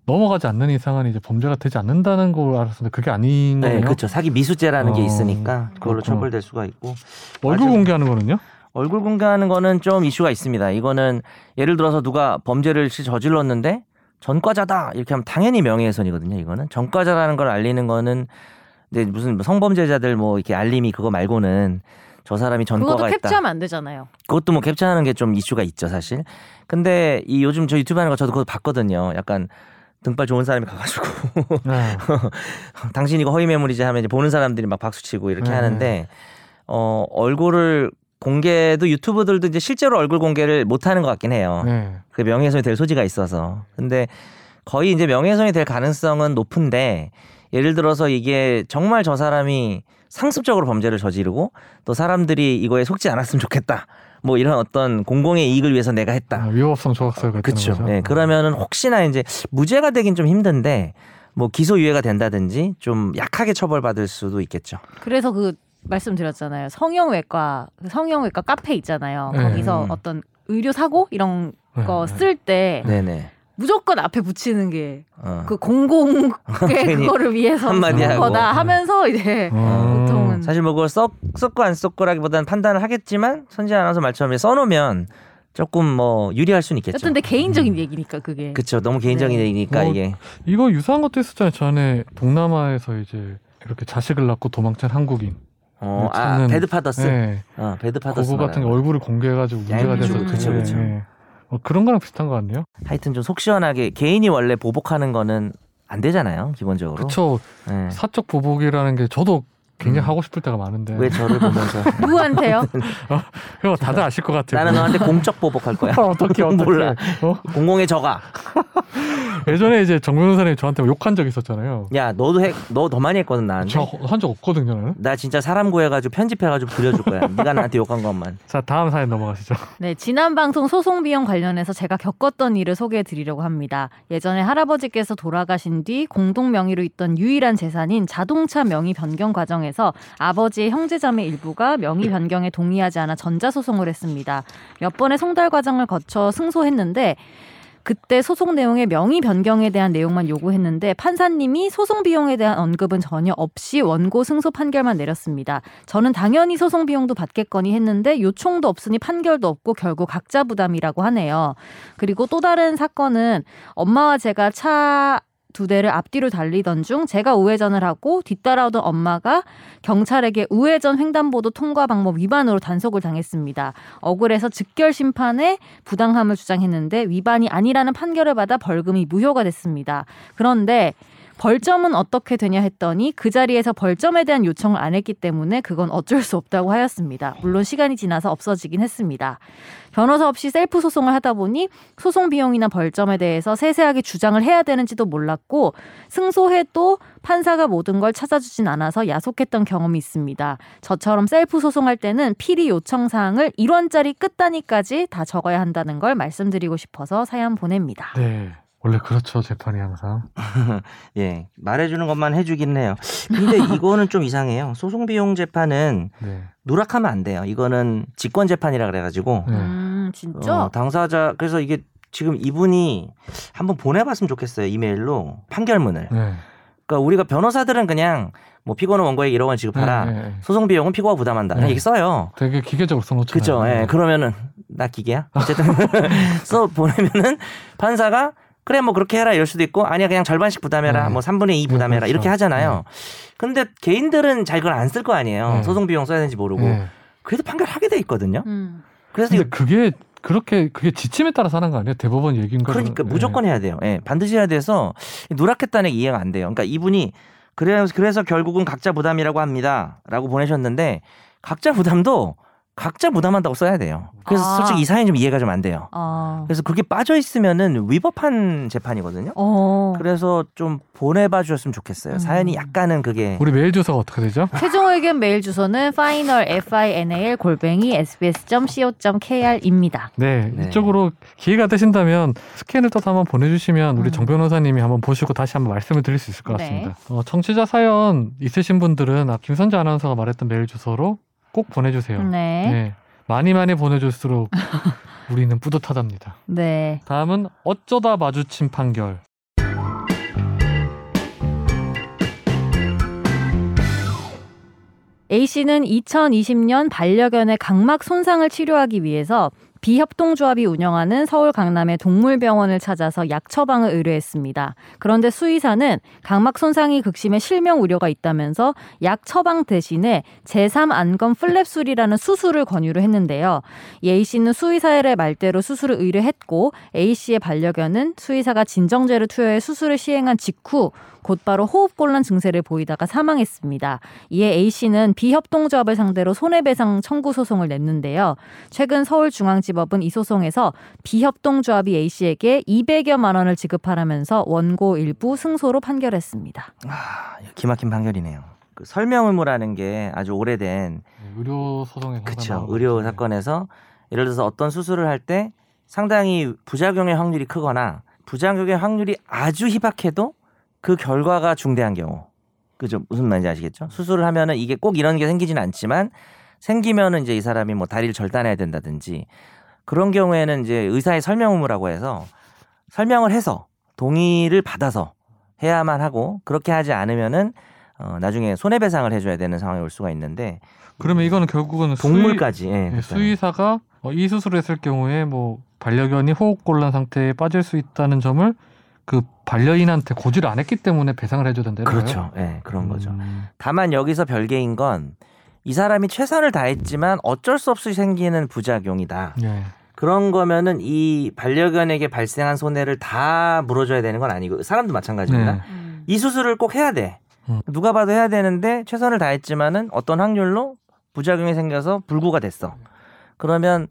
A: 넘어가지 않는 이상은 이제 범죄가 되지 않는다는 걸 알았는데 그게 아닌 거예요.
B: 네, 그렇죠. 사기 미수죄라는 게
A: 어,
B: 있으니까 그걸로
A: 그렇구나.
B: 처벌될 수가 있고
A: 월급
B: 아주-
A: 공개하는 거는요?
B: 얼굴 공개하는 거는 좀 이슈가 있습니다. 이거는 예를 들어서 누가 범죄를 시- 저질렀는데 전과자다 이렇게 하면 당연히 명예훼손이거든요. 이거는 전과자라는 걸 알리는 거는 근데 무슨 성범죄자들 뭐 이렇게 알림이 그거 말고는 저 사람이
C: 그것도
B: 전과가 있다.
C: 캡처하면 안 되잖아요.
B: 그것도 뭐 캡처하는 게 좀 이슈가 있죠 사실. 근데 이 요즘 저 유튜브 하는 거 저도 그거 봤거든요. 약간 등발 좋은 사람이 가가지고 아,
A: 네.
B: 당신 이거 허위 매물이지 하면 이제 보는 사람들이 막 박수치고 이렇게
A: 네.
B: 하는데 어 얼굴을 공개도 유튜브들도 이제 실제로 얼굴 공개를 못 하는 것 같긴 해요.
A: 네.
B: 그게 명예훼손이 될 소지가 있어서. 근데 거의 이제 명예훼손이 될 가능성은 높은데 예를 들어서 이게 정말 저 사람이 상습적으로 범죄를 저지르고 또 사람들이 이거에 속지 않았으면 좋겠다. 뭐 이런 어떤 공공의 이익을 위해서 내가 했다.
A: 아, 위법성 조각설 같은
B: 그렇죠.
A: 거죠.
B: 예, 그러면은 혹시나 이제 무죄가 되긴 좀 힘든데 뭐 기소유예가 된다든지 좀 약하게 처벌받을 수도 있겠죠.
C: 그래서 그 말씀드렸잖아요. 성형외과 그 성형외과 카페 있잖아요.
A: 네.
C: 거기서
B: 음.
C: 어떤 의료 사고 이런
A: 네,
C: 거
A: 네.
C: 쓸 때
B: 네네.
C: 무조건 앞에 붙이는 게 그
B: 어.
C: 공공의
B: 괜히
C: 그거를 위해서
B: 한마디
C: 쓰는
B: 하고. 음.
C: 거다 하면서 이제
A: 어.
C: 네, 보통은
B: 사실 뭐 그걸 썩 썼고 안 썼고라기보다는 판단을 하겠지만 선지 아나운서 말처럼 써놓으면 조금 뭐 유리할 수는 있겠죠. 음.
C: 여튼 내 개인적인 얘기니까 그게
B: 그렇죠. 너무 개인적인
C: 네.
B: 얘기니까
A: 뭐,
B: 이게
A: 이거 유사한 것도 있었잖아요. 전에 동남아에서 이제 이렇게 자식을 낳고 도망친 한국인.
B: 어, 아
A: 저는-
B: 배드 파더스.
A: 네.
B: 어, 배드 파더스.
A: 그거 같은 게
B: 말하는 거.
A: 얼굴을 공개해가지고 문제가
B: 양주,
A: 됐었죠.
C: 그쵸,
B: 그쵸.
A: 어, 그런 거랑 비슷한 거 같네요.
B: 하여튼 좀 속 시원하게 개인이 원래 보복하는 거는 안 되잖아요, 기본적으로.
A: 그쵸.
B: 네.
A: 사적 보복이라는 게 저도 굉장히
B: 음.
A: 하고 싶을 때가 많은데.
B: 왜 저를 보면서
C: 누구한테요?
A: 형 다들 아실 것 같아요. 뭐.
B: 나는 너한테 공적 보복할 거야.
A: 어떻게 어떻게
B: 몰라.
A: 어?
B: 공공의 저가.
A: 예전에 이제 정 변호사님 저한테 뭐 욕한 적 있었잖아요.
B: 야, 너도 해, 너 더 많이 했거든 나한테.
A: 저 한 적 없거든요. 나는.
B: 나 진짜 사람 구해가지고 편집해가지고 부려줄 거야. 네가 나한테 욕한 것만.
A: 자 다음 사연 넘어가시죠.
C: 네, 지난 방송 소송 비용 관련해서 제가 겪었던 일을 소개해 드리려고 합니다. 예전에 할아버지께서 돌아가신 뒤 공동 명의로 있던 유일한 재산인 자동차 명의 변경 과정에서 아버지의 형제자매 일부가 명의 변경에 동의하지 않아 전자소송을 했습니다. 몇 번의 송달 과정을 거쳐 승소했는데 그때 소송 내용의 명의 변경에 대한 내용만 요구했는데 판사님이 소송 비용에 대한 언급은 전혀 없이 원고 승소 판결만 내렸습니다. 저는 당연히 소송 비용도 받겠거니 했는데 요청도 없으니 판결도 없고 결국 각자 부담이라고 하네요. 그리고 또 다른 사건은 엄마와 제가 차 두 대를 앞뒤로 달리던 중 제가 우회전을 하고 뒤따라오던 엄마가 경찰에게 우회전 횡단보도 통과 방법 위반으로 단속을 당했습니다. 억울해서 즉결 심판에 부당함을 주장했는데 위반이 아니라는 판결을 받아 벌금이 무효가 됐습니다. 그런데 벌점은 어떻게 되냐 했더니 그 자리에서 벌점에 대한 요청을 안 했기 때문에 그건 어쩔 수 없다고 하였습니다. 물론 시간이 지나서 없어지긴 했습니다. 변호사 없이 셀프 소송을 하다 보니 소송 비용이나 벌점에 대해서 세세하게 주장을 해야 되는지도 몰랐고 승소해도 판사가 모든 걸 찾아주진 않아서 야속했던 경험이 있습니다. 저처럼 셀프 소송할 때는 필히 요청 사항을 1원짜리 끝단위까지 다 적어야 한다는 걸 말씀드리고 싶어서 사연 보냅니다.
A: 네. 원래 그렇죠 재판이 항상.
B: 예, 말해주는 것만 해주긴 해요. 근데 이거는 좀 이상해요. 소송 비용 재판은
A: 네.
B: 누락하면 안 돼요. 이거는 직권 재판이라 그래가지고
A: 네.
C: 음,
B: 어,
C: 진짜?
B: 당사자 그래서 이게 지금 이분이 한번 보내봤으면 좋겠어요 이메일로 판결문을.
A: 네.
B: 그러니까 우리가 변호사들은 그냥 뭐 피고는 원고에게 1억 원 지급하라.
A: 네, 네, 네.
B: 소송 비용은 피고가 부담한다. 그냥
A: 네.
B: 이렇게 써요.
A: 되게 기계적으로 네. 쓴 것처럼.
B: 그죠? 예. 그러면은 나 기계야. 어쨌든 써 보내면은 판사가 그래 뭐 그렇게 해라 이럴 수도 있고 아니야 그냥 절반씩 부담해라
A: 네.
B: 뭐 3분의 2 부담해라
A: 그렇죠.
B: 이렇게 하잖아요. 근데 개인들은 잘 그걸 안 쓸 거 아니에요.
A: 네.
B: 소송 비용 써야 되는지 모르고
A: 네.
B: 그래도 판결하게 돼 있거든요.
C: 음.
B: 그래서 이거
A: 근데 그게 그렇게 그게 지침에 따라서 하는 거 아니에요? 대법원 얘기인가? 네.
B: 그러니까 무조건 해야 돼요. 예, 반드시 해야 돼서 누락했다는 게 이해가 안 돼요. 그러니까 이분이 그래서 그래서 결국은 각자 부담이라고 합니다라고 보내셨는데 각자 부담도 각자 부담한다고 써야 돼요. 그래서
C: 아.
B: 솔직히 이 사연 좀 이해가 좀 안 돼요.
C: 아.
B: 그래서 그게 빠져 있으면은 위법한 재판이거든요.
C: 어.
B: 그래서 좀 보내봐 주셨으면 좋겠어요.
C: 음.
B: 사연이 약간은 그게
A: 우리 메일 주소가 어떻게 되죠?
C: 최종 의견 메일 주소는 final final 골뱅이 sbs.co.kr입니다.
A: 네,
B: 네.
A: 이쪽으로 기회가 되신다면 스캔을 떠서 한번 보내주시면 우리
C: 음.
A: 정 변호사님이 한번 보시고 다시 한번 말씀을 드릴 수 있을 것
C: 네.
A: 같습니다. 어, 청취자 사연 있으신 분들은 아, 김선재 아나운서가 말했던 메일 주소로 꼭 보내주세요.
B: 음,
C: 네.
A: 많이 많이 보내줄수록 우리는 뿌듯하답니다.
C: 네.
A: 다음은 어쩌다 마주친 판결.
C: A씨는 2020년 반려견의 각막 손상을 치료하기 위해서 비협동조합이 운영하는 서울 강남의 동물병원을 찾아서 약 처방을 의뢰했습니다. 그런데 수의사는 각막 손상이 극심해 실명 우려가 있다면서 약 처방 대신에 제3안검 플랩술이라는 수술을 권유를 했는데요. 이 A씨는 수의사의 말대로 수술을 의뢰했고 A씨의 반려견은 수의사가 진정제를 투여해 수술을 시행한 직후 곧바로 호흡곤란 증세를 보이다가 사망했습니다. 이에 A씨는 비협동조합을 상대로 손해배상 청구 소송을 냈는데요. 최근 서울중앙지법은 이 소송에서 비협동조합이 A씨에게 200여만 원을 지급하라면서 원고 일부 승소로 판결했습니다.
B: 아, 기막힌 판결이네요. 그 설명 의무라는 게 아주 오래된
A: 네, 의료 소송에
B: 그렇죠. 의료 사건에서 예를 들어서 어떤 수술을 할 때 상당히 부작용의 확률이 크거나 부작용의 확률이 아주 희박해도 그 결과가 중대한 경우. 그죠? 무슨 말인지 아시겠죠? 수술을 하면은 이게 꼭 이런 게 생기진 않지만 생기면은 이제 이 사람이 뭐 다리를 절단해야 된다든지 그런 경우에는 이제 의사의 설명 의무라고 해서 설명을 해서 동의를 받아서 해야만 하고 그렇게 하지 않으면은 어 나중에 손해배상을 해줘야 되는 상황이 올 수가 있는데
A: 그러면 이거는 결국은 수의-
B: 동물까지 예,
A: 예,
B: 그러니까요.
A: 수의사가 어, 이 수술을 했을 경우에 뭐 반려견이 호흡곤란 상태에 빠질 수 있다는 점을 그 반려인한테 고지를 안 했기 때문에 배상을 해줘야 된다는 거예요.
B: 그렇죠. 예, 그런 거죠.
A: 음,
B: 다만 여기서 별개인 건 이 사람이 최선을 다했지만 어쩔 수 없이 생기는 부작용이다.
A: 예.
B: 그런 거면은 이 반려견에게 발생한 손해를 다 물어줘야 되는 건 아니고 사람도 마찬가지입니다.
A: 네.
C: 음.
B: 이 수술을 꼭 해야 돼.
A: 음.
B: 누가 봐도 해야 되는데 최선을 다했지만은 어떤 확률로 부작용이 생겨서 불구가 됐어. 그러면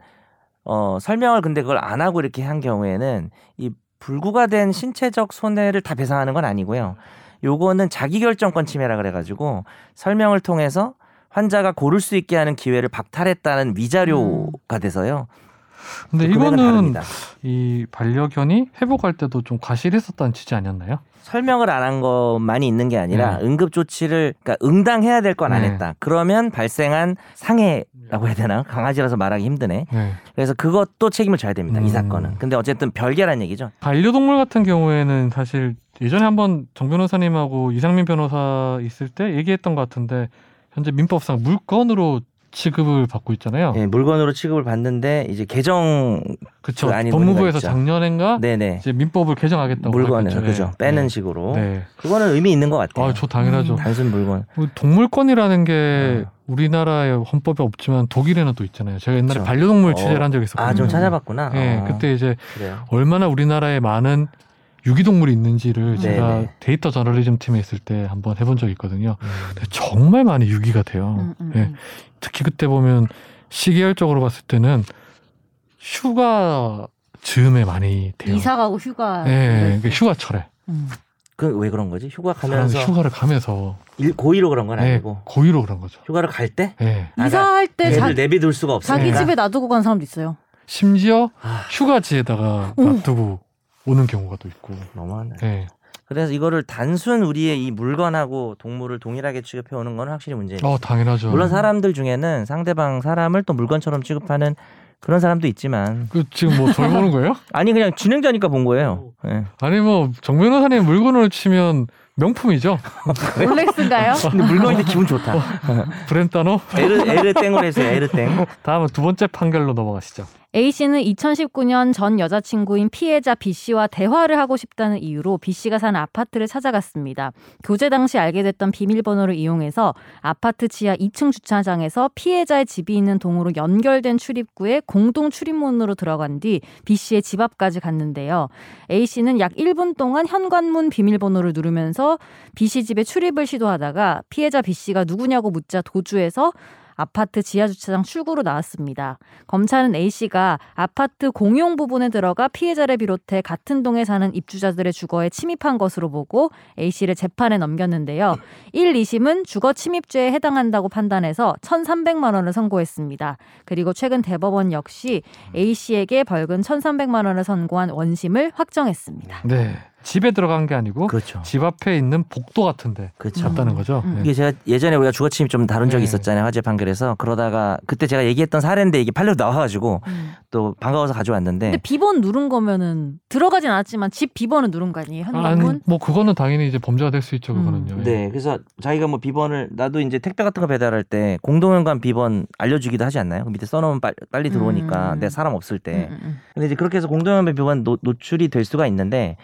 B: 어 설명을 근데 그걸 안 하고 이렇게 한 경우에는 이 불구가 된 신체적 손해를 다 배상하는 건 아니고요. 요거는 자기결정권 침해라 그래가지고 설명을 통해서 환자가 고를 수 있게 하는 기회를 박탈했다는 위자료가 돼서요.
A: 음. 근데
B: 그 금액은
A: 이거는
B: 다릅니다.
A: 이 반려견이 회복할 때도 좀 과실했었다는 취지 아니었나요?
B: 설명을 안 한 것만이 있는 게 아니라
A: 네.
B: 응급 조치를 그러니까 응당해야 될 건 안
A: 네.
B: 했다. 그러면 발생한 상해라고 해야 되나? 강아지라서 말하기 힘드네.
A: 네.
B: 그래서 그것도 책임을 져야 됩니다. 이
A: 음.
B: 사건은. 근데 어쨌든 별개란 얘기죠.
A: 반려동물 같은 경우에는 사실 예전에 한번 정 변호사님하고 이상민 변호사 있을 때 얘기했던 것 같은데 현재 민법상 물건으로 취급을 받고 있잖아요.
B: 예, 물건으로 취급을 받는데 이제 개정
A: 그렇죠.
B: 그 아닌
A: 법무부에서
B: 문제가 있죠.
A: 작년엔가
B: 네네
A: 이제 민법을 개정하겠다고
B: 물건을
A: 밝혔죠.
B: 그죠
A: 예.
B: 빼는
A: 아, 네.
B: 식으로 네.
A: 네.
B: 그거는 의미 있는 것 같아요.
A: 아, 저 당연하죠.
C: 음.
B: 단순 물건.
A: 뭐 동물권이라는 게
B: 어.
A: 우리나라의 헌법에 없지만 독일에는 또 있잖아요. 제가 옛날에
B: 그쵸.
A: 반려동물
B: 어.
A: 취재를 한 적이 있었거든요.
B: 아 좀
C: 음.
B: 찾아봤구나.
A: 예,
B: 어,
A: 그때 이제
B: 그래요.
A: 얼마나 우리나라에 많은 유기동물이 있는지를 제가
B: 네네.
A: 데이터 저널리즘 팀에 있을 때 한번 해본 적이 있거든요. 근데 정말 많이 유기가 돼요.
C: 음, 음,
A: 예.
C: 음.
A: 특히 그때 보면 시계열적으로 봤을 때는 휴가 즈음에 많이 돼요.
C: 이사 가고 휴가.
A: 예, 그 휴가철에
C: 음.
B: 그 왜 그런 거지? 휴가
A: 사람이
B: 가면서
A: 휴가를 가면서
B: 일- 고의로 그런 건
A: 예,
B: 아니고
A: 고의로 그런 거죠.
B: 휴가를 갈 때.
A: 예.
B: 아,
C: 이사할 때
B: 애를
C: 자,
B: 내비둘 수가
C: 자기
B: 없으니까.
C: 집에 놔두고 간 사람도 있어요.
A: 심지어
B: 아,
A: 휴가지에다가
C: 오.
A: 놔두고 오는 경우가 또 있고.
B: 너무하네.
A: 예.
B: 그래서 이거를 단순 우리의 이 물건하고 동물을 동일하게 취급해 오는 건 확실히 문제예요.
A: 어, 당연하죠.
B: 물론 사람들 중에는 상대방 사람을 또 물건처럼 취급하는 그런 사람도 있지만
A: 그 지금 뭐 돌 보는 거예요?
B: 아니 그냥 진행자니까 본 거예요. 예.
A: 아니 뭐 정변호사님 물건으로 치면 명품이죠.
C: 네? 롤렉스인가요?
B: 근데 물건인데 기분
A: 어.
B: 좋다.
A: 브랜타노.
B: 에르 에르 땡으로 해서 에르 땡.
A: 다음은 두 번째 판결로 넘어가시죠.
C: A 씨는 2019년 전 여자친구인 피해자 B 씨와 대화를 하고 싶다는 이유로 B 씨가 사는 아파트를 찾아갔습니다. 교제 당시 알게 됐던 비밀번호를 이용해서 아파트 지하 2층 주차장에서 피해자의 집이 있는 동으로 연결된 출입구에 공동 출입문으로 들어간 뒤 B 씨의 집 앞까지 갔는데요. A 씨는 약 1분 동안 현관문 비밀번호를 누르면서 B 씨 집에 출입을 시도하다가 피해자 B 씨가 누구냐고 묻자 도주해서 아파트 지하 주차장 출구로 나왔습니다. 검찰은 A 씨가 아파트 공용 부분에 들어가 피해자를 비롯해 같은 동에 사는 입주자들의 주거에 침입한 것으로 보고 A 씨를 재판에 넘겼는데요. 1, 2심은 주거 침입죄에 해당한다고 판단해서 1,300만 원을 선고했습니다. 그리고 최근 대법원 역시 A 씨에게 벌금 1,300만 원을 선고한 원심을 확정했습니다.
A: 네. 집에 들어간 게 아니고
B: 그렇죠.
A: 집 앞에 있는 복도 같은데
B: 그렇죠.
A: 갔다는 거죠.
C: 음.
A: 네.
B: 이게 제가 예전에 우리가 주거침입 좀 다룬 적이
A: 네.
B: 있었잖아요 화재 판결에서 그러다가 그때 제가 얘기했던 사례인데 이게 판례로 나와가지고 또 반가워서 가져왔는데
C: 근데 비번 누른 거면은 들어가진 않았지만 집 비번은 누른 거 아니에요?
A: 아, 아니,
C: 현관문?
A: 뭐 그거는 당연히 이제 범죄가 될 수 있죠. 그거는요. 예.
B: 네, 그래서 자기가 뭐 비번을 나도 이제 택배 같은 거 배달할 때 공동연관 비번 알려주기도 하지 않나요? 그 밑에 써놓으면 빨- 빨리, 들어오니까
C: 음.
B: 내 사람 없을 때.
C: 음, 음, 음.
B: 근데 이제 그렇게 해서 공동연관 비번 노, 노출이 될 수가 있는데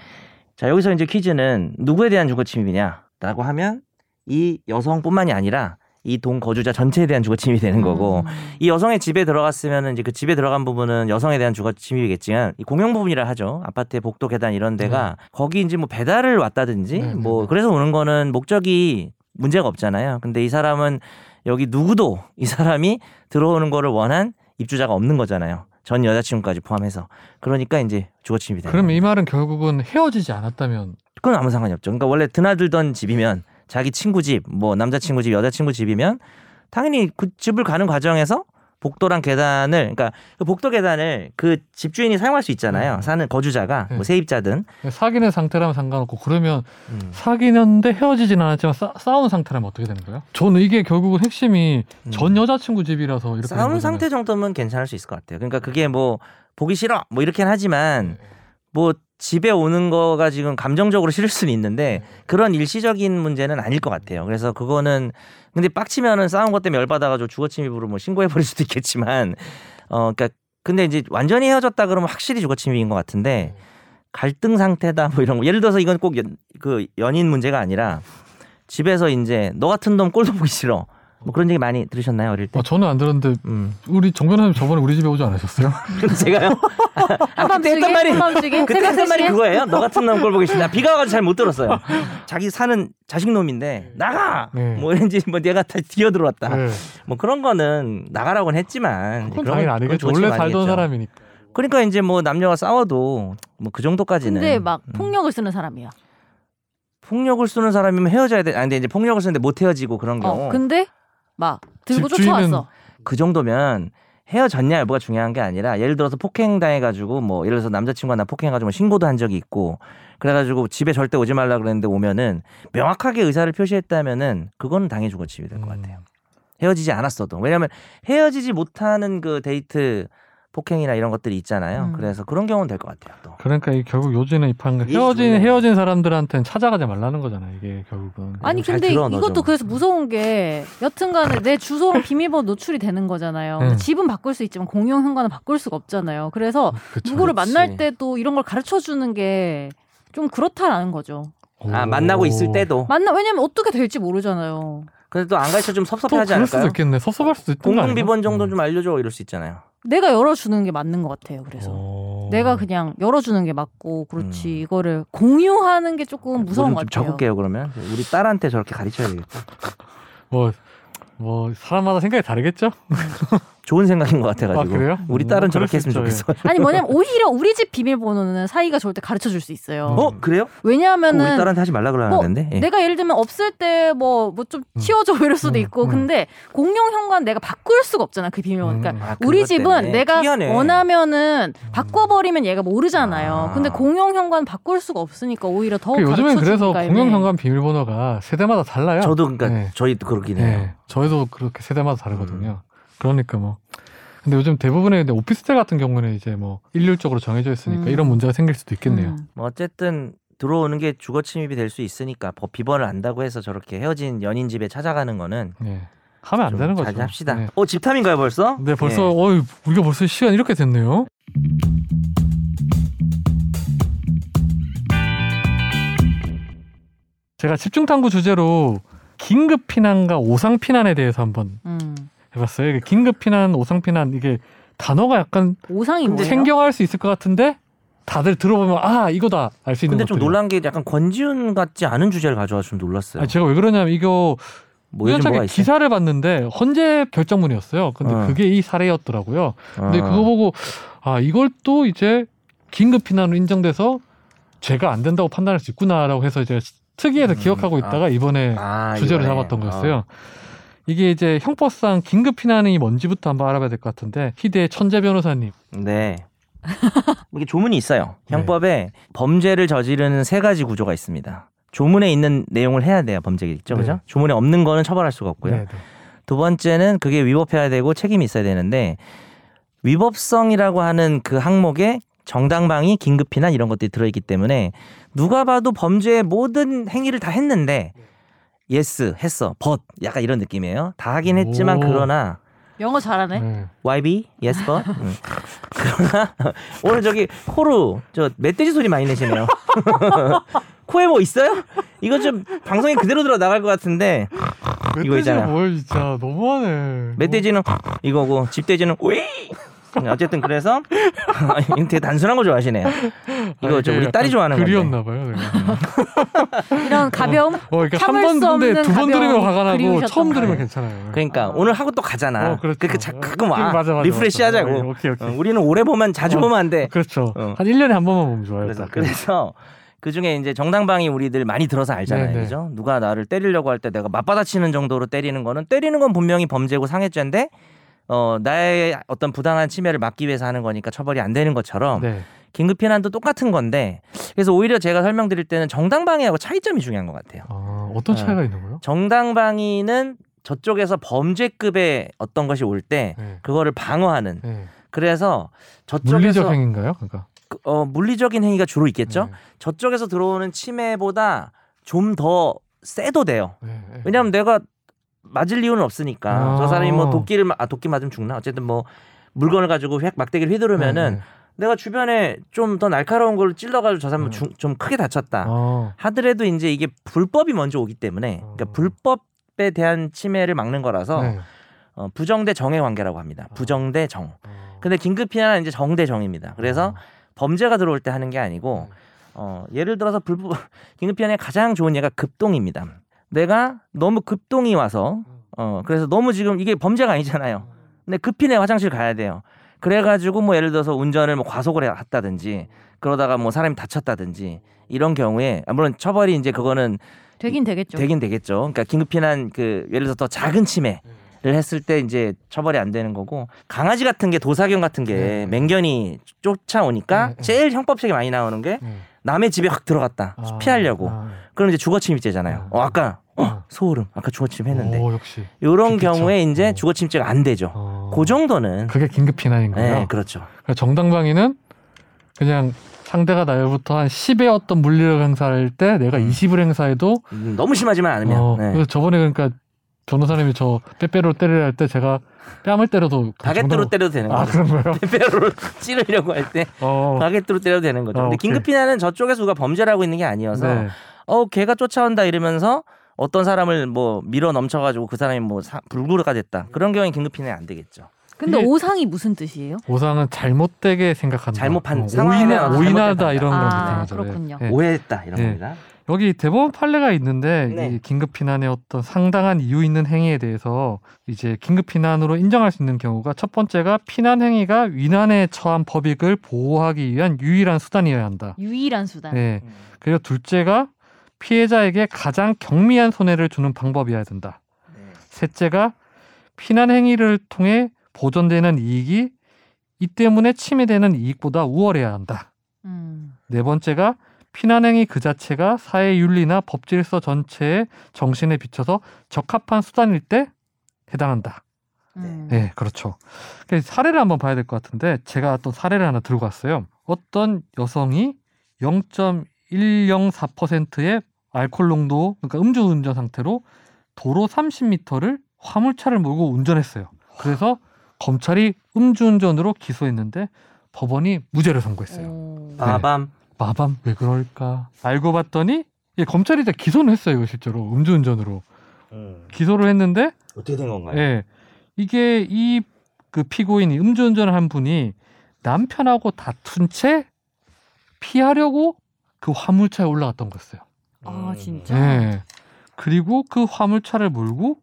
B: 자 여기서 이제 퀴즈는 누구에 대한 주거침입이냐라고 하면 이 여성뿐만이 아니라 이 동 거주자 전체에 대한 주거침입이 되는 거고
C: 음.
B: 이 여성의 집에 들어갔으면 이제 그 집에 들어간 부분은 여성에 대한 주거 침입이겠지만 이 공용 부분이라 하죠. 아파트의 복도 계단 이런 데가 거기 이제 뭐 배달을 왔다든지
A: 네,
B: 뭐
A: 네, 네.
B: 그래서 오는 거는 목적이 문제가 없잖아요. 근데 이 사람은 여기 누구도 이 사람이 들어오는 거를 원한 입주자가 없는 거잖아요. 전 여자친구까지 포함해서. 그러니까 이제 주거 침입이 되는
A: 그럼
B: 거예요.
A: 이 말은 결국은 헤어지지 않았다면
B: 그건 아무 상관이 없죠. 그러니까 원래 드나들던 집이면 자기 친구 집, 뭐 남자친구 집, 여자친구 집이면 당연히 그 집을 가는 과정에서 복도랑 계단을, 그러니까 그 복도 계단을 그 집주인이 사용할 수 있잖아요.
A: 음.
B: 사는 거주자가 뭐
A: 네.
B: 세입자든.
A: 사귀는 상태라면 상관없고 그러면 사귀는데 헤어지진 않았지만 싸, 싸운 상태라면 어떻게 되는 거예요? 저는 이게 결국은 핵심이
B: 음.
A: 전 여자친구 집이라서 이렇게 되는
B: 싸운
A: 거잖아요.
B: 상태 정도면 괜찮을 수 있을 것 같아요. 그러니까 그게 뭐 보기 싫어 뭐 이렇게는 하지만
A: 네.
B: 뭐 집에 오는 거가 지금 감정적으로 싫을 수는 있는데
A: 네.
B: 그런 일시적인 문제는 아닐 것 같아요. 그래서 그거는 근데 빡치면은 싸운 것 때문에 열받아가지고 주거침입으로 뭐 신고해 버릴 수도 있겠지만 어 그러니까 근데 이제 완전히 헤어졌다 그러면 확실히 주거침입인 것 같은데
A: 네.
B: 갈등 상태다 뭐 이런 거 예를 들어서 이건 꼭 그 연인 문제가 아니라 집에서 이제 너 같은 놈 꼴도 보기 싫어 뭐 그런 얘기 많이 들으셨나요 어릴 때?
A: 아, 저는 안 들었는데
B: 음.
A: 우리 정 변호사님 저번에 우리 집에 오지 않으셨어요?
B: 근데 제가요.
C: 한밤
B: 아, 그때 했던 말이
C: 한밤중에
B: 그때 했던 말이 그거예요. 너 같은 놈 꼴 보기 싫다. 비가 와가지고 잘 못 들었어요. 자기 사는 자식 놈인데 나가.
A: 네.
B: 뭐 이런지 뭐 내가 다 뛰어 들어왔다.
A: 네.
B: 뭐 그런 거는 나가라고는 했지만
A: 그건
B: 그런
A: 당연히
B: 건
A: 아니겠죠.
B: 조치가
A: 원래 살던
B: 아니겠죠.
A: 사람이니까.
B: 그러니까 이제 뭐 남녀가 싸워도 뭐 그 정도까지는.
C: 근데 막
B: 음.
C: 폭력을 쓰는 어, 사람이야.
B: 폭력을 쓰는 사람이면 헤어져야 돼. 아니 근데 이제 폭력을 쓰는데 못 헤어지고 그런 경우.
C: 어, 근데 막 들고
A: 집주인은-
C: 쫓아왔어.
B: 그 정도면 헤어졌냐 여부가 중요한 게 아니라 예를 들어서 폭행 당해가지고 뭐 예를 들어서 남자친구가 나 폭행해가지고 뭐 신고도 한 적이 있고 그래가지고 집에 절대 오지 말라 그랬는데 오면은 명확하게 의사를 표시했다면은 그건 당해 주거침이 될 것 같아요. 헤어지지 않았어도 왜냐하면 헤어지지 못하는 그 데이트 폭행이나 이런 것들이 있잖아요.
C: 음.
B: 그래서 그런 경우는 될 것 같아요. 또.
A: 그러니까 이 결국 요지는 입한 거
B: 이게
A: 헤어진
B: 중요해요.
A: 헤어진 사람들한테는 찾아가지 말라는 거잖아 이게 결국은.
C: 아니
B: 잘
C: 근데
B: 들어, 너
C: 이것도
B: 좀.
C: 그래서 무서운 게 여튼간에 내 주소랑 비밀번호 노출이 되는 거잖아요.
A: 음.
C: 집은 바꿀 수 있지만 공용 현관은 바꿀 수가 없잖아요. 그래서
A: 그쵸.
C: 누구를
B: 그렇지.
C: 만날 때도 이런 걸 가르쳐 주는 게 좀 그렇다라는 거죠.
B: 아
A: 오.
B: 만나고 있을 때도
C: 만나 왜냐면 어떻게 될지 모르잖아요.
B: 근데 또 안 가르쳐 좀
A: 또
B: 섭섭해하지
A: 그럴 수도
B: 않을까요?
A: 있겠네. 섭섭할 수도 있던 거 음.
B: 공동
A: 아니야?
B: 비번 정도 좀 알려줘 이럴 수 있잖아요.
C: 내가 열어주는 게 맞는 것 같아요. 그래서
A: 어.
C: 내가 그냥 열어주는 게 맞고 그렇지
B: 음. 어,
C: 이거를 공유하는 게 조금 무서운 것
B: 뭐좀
C: 같아요.
B: 적을게요 그러면 우리 딸한테 저렇게 가르쳐야 되겠다.
A: 뭐, 뭐 사람마다 생각이 다르겠죠?
B: 좋은 생각인 것 같아가지고.
A: 아, 그래요?
B: 우리
A: 음,
B: 딸은
A: 그럴
B: 저렇게
A: 수
B: 했으면
A: 있죠,
B: 좋겠어.
C: 아니 뭐냐면 오히려 우리 집 비밀번호는 사이가 좋을 때 가르쳐 줄 수 있어요.
A: 어?
B: 그래요? 그거 어, 우리
C: 왜냐하면은
B: 딸한테 하지 말라
C: 뭐,
B: 그러는데. 예.
C: 내가 예를 들면 없을 때 뭐 뭐 좀
A: 음.
C: 치워줘 이럴 수도
A: 음,
C: 있고
A: 음.
C: 근데 공용 현관 내가 바꿀 수가 없잖아 그 비밀번호. 그러니까
A: 음.
B: 아, 그것
C: 우리 집은
B: 때문에.
C: 내가
B: 특이하네.
C: 원하면은 바꿔버리면 얘가 모르잖아요.
B: 아.
C: 근데 공용 현관 바꿀 수가 없으니까 오히려 더
A: 그 요즘엔 그래서
C: 가르쳐주니까
A: 공용
C: 애매해.
A: 현관 비밀번호가 세대마다 달라요.
B: 저도 그러니까
A: 네.
B: 저희도 그렇긴 해요.
A: 예, 저희도 그렇게 세대마다 다르거든요.
B: 음.
A: 그러니까 뭐. 근데 요즘 대부분의 근데 오피스텔 같은 경우는 이제 뭐 일률적으로 정해져 있으니까
C: 음.
A: 이런 문제가 생길 수도 있겠네요.
C: 음.
B: 뭐 어쨌든 들어오는 게 주거 침입이 될 수 있으니까 법 비번을 안다고 해서 저렇게 헤어진 연인 집에 찾아가는 거는
A: 예. 하면 안
B: 좀
A: 되는 거죠.
B: 자제합시다.
A: 예.
B: 어 집탐인가요 벌써?
A: 네, 벌써
B: 예.
A: 어이 우리가 벌써 시간 이렇게 됐네요. 제가 집중 탐구 주제로 긴급 피난과 오상 피난에 대해서 한번
C: 음.
A: 해봤어요. 이게 긴급 피난, 오상 피난 이게 단어가 약간
C: 오상이 뭐예요?
A: 챙겨갈 수 있을 것 같은데 다들 들어보면 아 이거다 알 수 있는
B: 근데 좀
A: 것들이요.
B: 놀란 게 약간 권지훈 같지 않은 주제를 가져와서 좀 놀랐어요.
A: 아니, 제가 왜 그러냐면 이거
B: 뭐 요즘 뭐가
A: 우연찮게
B: 있어?
A: 기사를 봤는데 헌재 결정문이었어요. 근데
B: 어.
A: 그게 이 사례였더라고요. 근데
B: 어.
A: 그거 보고 아 이걸 또 이제 긴급 피난으로 인정돼서 죄가 안 된다고 판단할 수 있구나라고 해서 이제 특이해서
B: 음,
A: 기억하고
B: 아.
A: 있다가 이번에
B: 아,
A: 주제로
B: 이거네.
A: 잡았던
B: 어.
A: 거였어요. 이게 이제 형법상 긴급 피난이 뭔지부터 한번 알아봐야 될 것 같은데 희대의 천재 변호사님
B: 네. 이게 조문이 있어요.
A: 네.
B: 형법에 범죄를 저지르는 세 가지 구조가 있습니다. 조문에 있는 내용을 해야 돼요. 범죄겠죠,
A: 네.
B: 그죠? 조문에 없는 거는 처벌할 수가 없고요.
A: 네, 네.
B: 두 번째는 그게 위법해야 되고 책임이 있어야 되는데 위법성이라고 하는 그 항목에 정당방위, 긴급피난 이런 것들이 들어있기 때문에 누가 봐도 범죄의 모든 행위를 다 했는데
A: 네.
B: 예스 했어, but 약간 이런 느낌이에요. 다 하긴 했지만
A: 오.
B: 그러나
C: 영어 잘하네.
A: 네.
B: YB? Yes, but? 음. 그러나 오늘 저기 코로 저 멧돼지 소리 많이 내시네요. 코에 뭐 있어요? 이거 좀 방송에 그대로 들어 나갈 것 같은데 이거
A: 멧돼지가
B: 있잖아.
A: 뭘 진짜 너무하네.
B: 멧돼지는 이거고 집돼지는 오이. 네, 어쨌든 그래서 되게 단순한 거 좋아하시네요. 이거 저 우리 딸이 좋아하는 건데.
A: 그리웠나 봐요. 내가.
C: 이런 가벼움.
A: 어, 그러니까
C: 참을
A: 한번
C: 수
A: 근데
C: 없는
A: 두 번 들으면
C: 가벼운
A: 화가 나고
C: 그리우셨던
A: 처음 들으면
B: 거예요.
A: 괜찮아요.
B: 그러니까 오늘 하고 또 가잖아.
A: 어, 그렇죠.
B: 그렇게 자, 가끔 와.
A: 맞아, 맞아,
B: 리프레시
A: 맞아. 네,
B: 하자고.
A: 오케이, 오케이.
B: 어, 우리는 오래 보면 자주
A: 어.
B: 보면 안 돼.
A: 그렇죠.
B: 어.
A: 한 1년에 한 번만 보면 좋아요.
B: 그래서
A: 딱.
B: 그래서 그 중에 이제 정당방위 우리들 많이 들어서 알잖아요,
A: 네, 네.
B: 그죠? 누가 나를 때리려고 할 때 내가 맞받아치는 정도로 때리는 거는 때리는 건 분명히 범죄고 상해죄인데 어 나의 어떤 부당한 침해를 막기 위해서 하는 거니까 처벌이 안 되는 것처럼
A: 네.
B: 긴급 피난도 똑같은 건데 그래서 오히려 제가 설명드릴 때는 정당방위하고 차이점이 중요한 것 같아요.
A: 아, 어떤
B: 네.
A: 차이가 있는 거요?
B: 정당방위는 저쪽에서 범죄급의 어떤 것이 올 때
A: 네.
B: 그거를 방어하는
A: 네.
B: 그래서 저쪽에서
A: 물리적 행인가요? 그러니까.
B: 그, 어, 물리적인 행위가 주로 있겠죠.
A: 네.
B: 저쪽에서 들어오는 침해보다 좀 더 세도 돼요.
A: 네, 네.
B: 왜냐하면 내가 맞을 이유는 없으니까
A: 아.
B: 저 사람이 뭐 도끼를 마- 아 도끼 맞으면 죽나 어쨌든 뭐 물건을 가지고 획 막대기를 휘두르면은
A: 네, 네.
B: 내가 주변에 좀 더 날카로운 걸로 찔러가지고 저
A: 네.
B: 사람 중- 좀 크게 다쳤다
A: 어,
B: 하더라도 이제 이게 불법이 먼저 오기 때문에 그러니까
A: 어.
B: 불법에 대한 침해를 막는 거라서
A: 네.
B: 어, 부정 대 정의 관계라고 합니다.
A: 아.
B: 부정 대 정.
A: 어.
B: 근데 긴급 피난은 이제 정 대 정입니다.
A: 아.
B: 그래서 범죄가 들어올 때 하는 게 아니고 어, 예를 들어서 불법 긴급피난의 가장 좋은 예가 급동입니다. 내가 너무 급동이 와서 어, 그래서 너무 지금 이게 범죄가 아니잖아요. 근데 급히 내 화장실 가야 돼요. 그래가지고 뭐 예를 들어서 운전을 뭐 과속을 해- 했다든지 그러다가 뭐 사람이 다쳤다든지 이런 경우에 아, 물론 처벌이 이제 그거는
C: 되긴 되겠죠.
B: 되긴 되겠죠. 그러니까 긴급피난 그 예를 들어서 더 작은 침해를 했을 때 이제 처벌이 안 되는 거고 강아지 같은 게 도사견 같은 게
A: 네.
B: 맹견이 쫓아오니까
A: 네, 네.
B: 제일 형법책에 많이 나오는 게
A: 네.
B: 남의 집에 확 들어갔다
A: 아,
B: 피하려고
A: 아,
B: 그럼 이제 주거침입죄잖아요. 어 아까
A: 아.
B: 소름 아까 주거침입 했는데
A: 오, 역시.
B: 이런
A: 그쵸.
B: 경우에 이제
A: 어.
B: 주거침입죄가 안 되죠.
A: 어.
B: 그 정도는
A: 그게 긴급 피난인 거예요.
B: 네 그렇죠.
A: 그러니까 정당방위는 그냥 상대가 나로부터 한 10의 어떤 물리력 행사할 때 내가 20을 행사해도
B: 음, 너무 심하지만 않으면
A: 어,
B: 네.
A: 그래서 저번에 그러니까 변호사님이 저 빼빼로 때리려 할 때 제가 뺨을 때려도
B: 바게트로
A: 그 정당-
B: 때려도 되는
A: 아
B: 거죠.
A: 그런 거예요?
B: 빼빼로 찌르려고 할 때
A: 어.
B: 바게트로 때려도 되는 거죠.
A: 아,
B: 근데
A: 오케이.
B: 긴급 피난은 저쪽에서 누가 범죄라고 있는 게 아니어서
A: 네.
B: 어 걔가 쫓아온다 이러면서 어떤 사람을 뭐 밀어 넘쳐가지고 그 사람이 뭐 사- 불구르가 됐다 그런 경우엔 긴급 피난 안 되겠죠.
C: 근데
A: 이게-
C: 오상이 무슨 뜻이에요?
A: 오상은 잘못되게 생각한다.
B: 잘못 판- 상황에
A: 어, 오인하,
B: 대해서
A: 오인하다
B: 잘못된
A: 이런
C: 판단.
A: 겁니다.
C: 아, 그렇군요.
A: 예.
B: 오해했다 이런
A: 네.
B: 겁니다.
A: 여기 대법원 판례가 있는데
B: 네.
A: 이 긴급 피난의 어떤 상당한 이유 있는 행위에 대해서 이제 긴급 피난으로 인정할 수 있는 경우가 첫 번째가 피난 행위가 위난에 처한 법익을 보호하기 위한 유일한 수단이어야 한다.
C: 유일한 수단.
A: 예.
B: 음.
A: 그리고 둘째가 피해자에게 가장 경미한 손해를 주는 방법이어야 된다.
B: 네.
A: 셋째가 피난 행위를 통해 보존되는 이익이 이 때문에 침해되는 이익보다 우월해야 한다.
C: 음.
A: 네 번째가 피난행위 그 자체가 사회 윤리나 법 질서 전체의 정신에 비춰서 적합한 수단일 때 해당한다.
C: 음.
A: 네, 그렇죠. 그러니까 사례를 한번 봐야 될 것 같은데 제가 또 사례를 하나 들고 왔어요. 어떤 여성이 0.104%의 알코올 농도, 그러니까 음주 운전 상태로 도로 30m를 화물차를 몰고 운전했어요. 그래서 검찰이 음주운전으로 기소했는데 법원이 무죄를 선고했어요.
C: 오.
B: 빠밤.
A: 아, 마밤 왜 그럴까? 알고 봤더니 예, 검찰이 이제 기소는 했어요, 이거 실제로 음주운전으로 기소를 했는데
B: 어떻게 된 건가요?
A: 예, 이게 이 그 피고인이 음주운전을 한 분이 남편하고 다툰 채 피하려고 그 화물차에 올라갔던 거였어요.
C: 아 진짜.
A: 예. 그리고 그 화물차를 몰고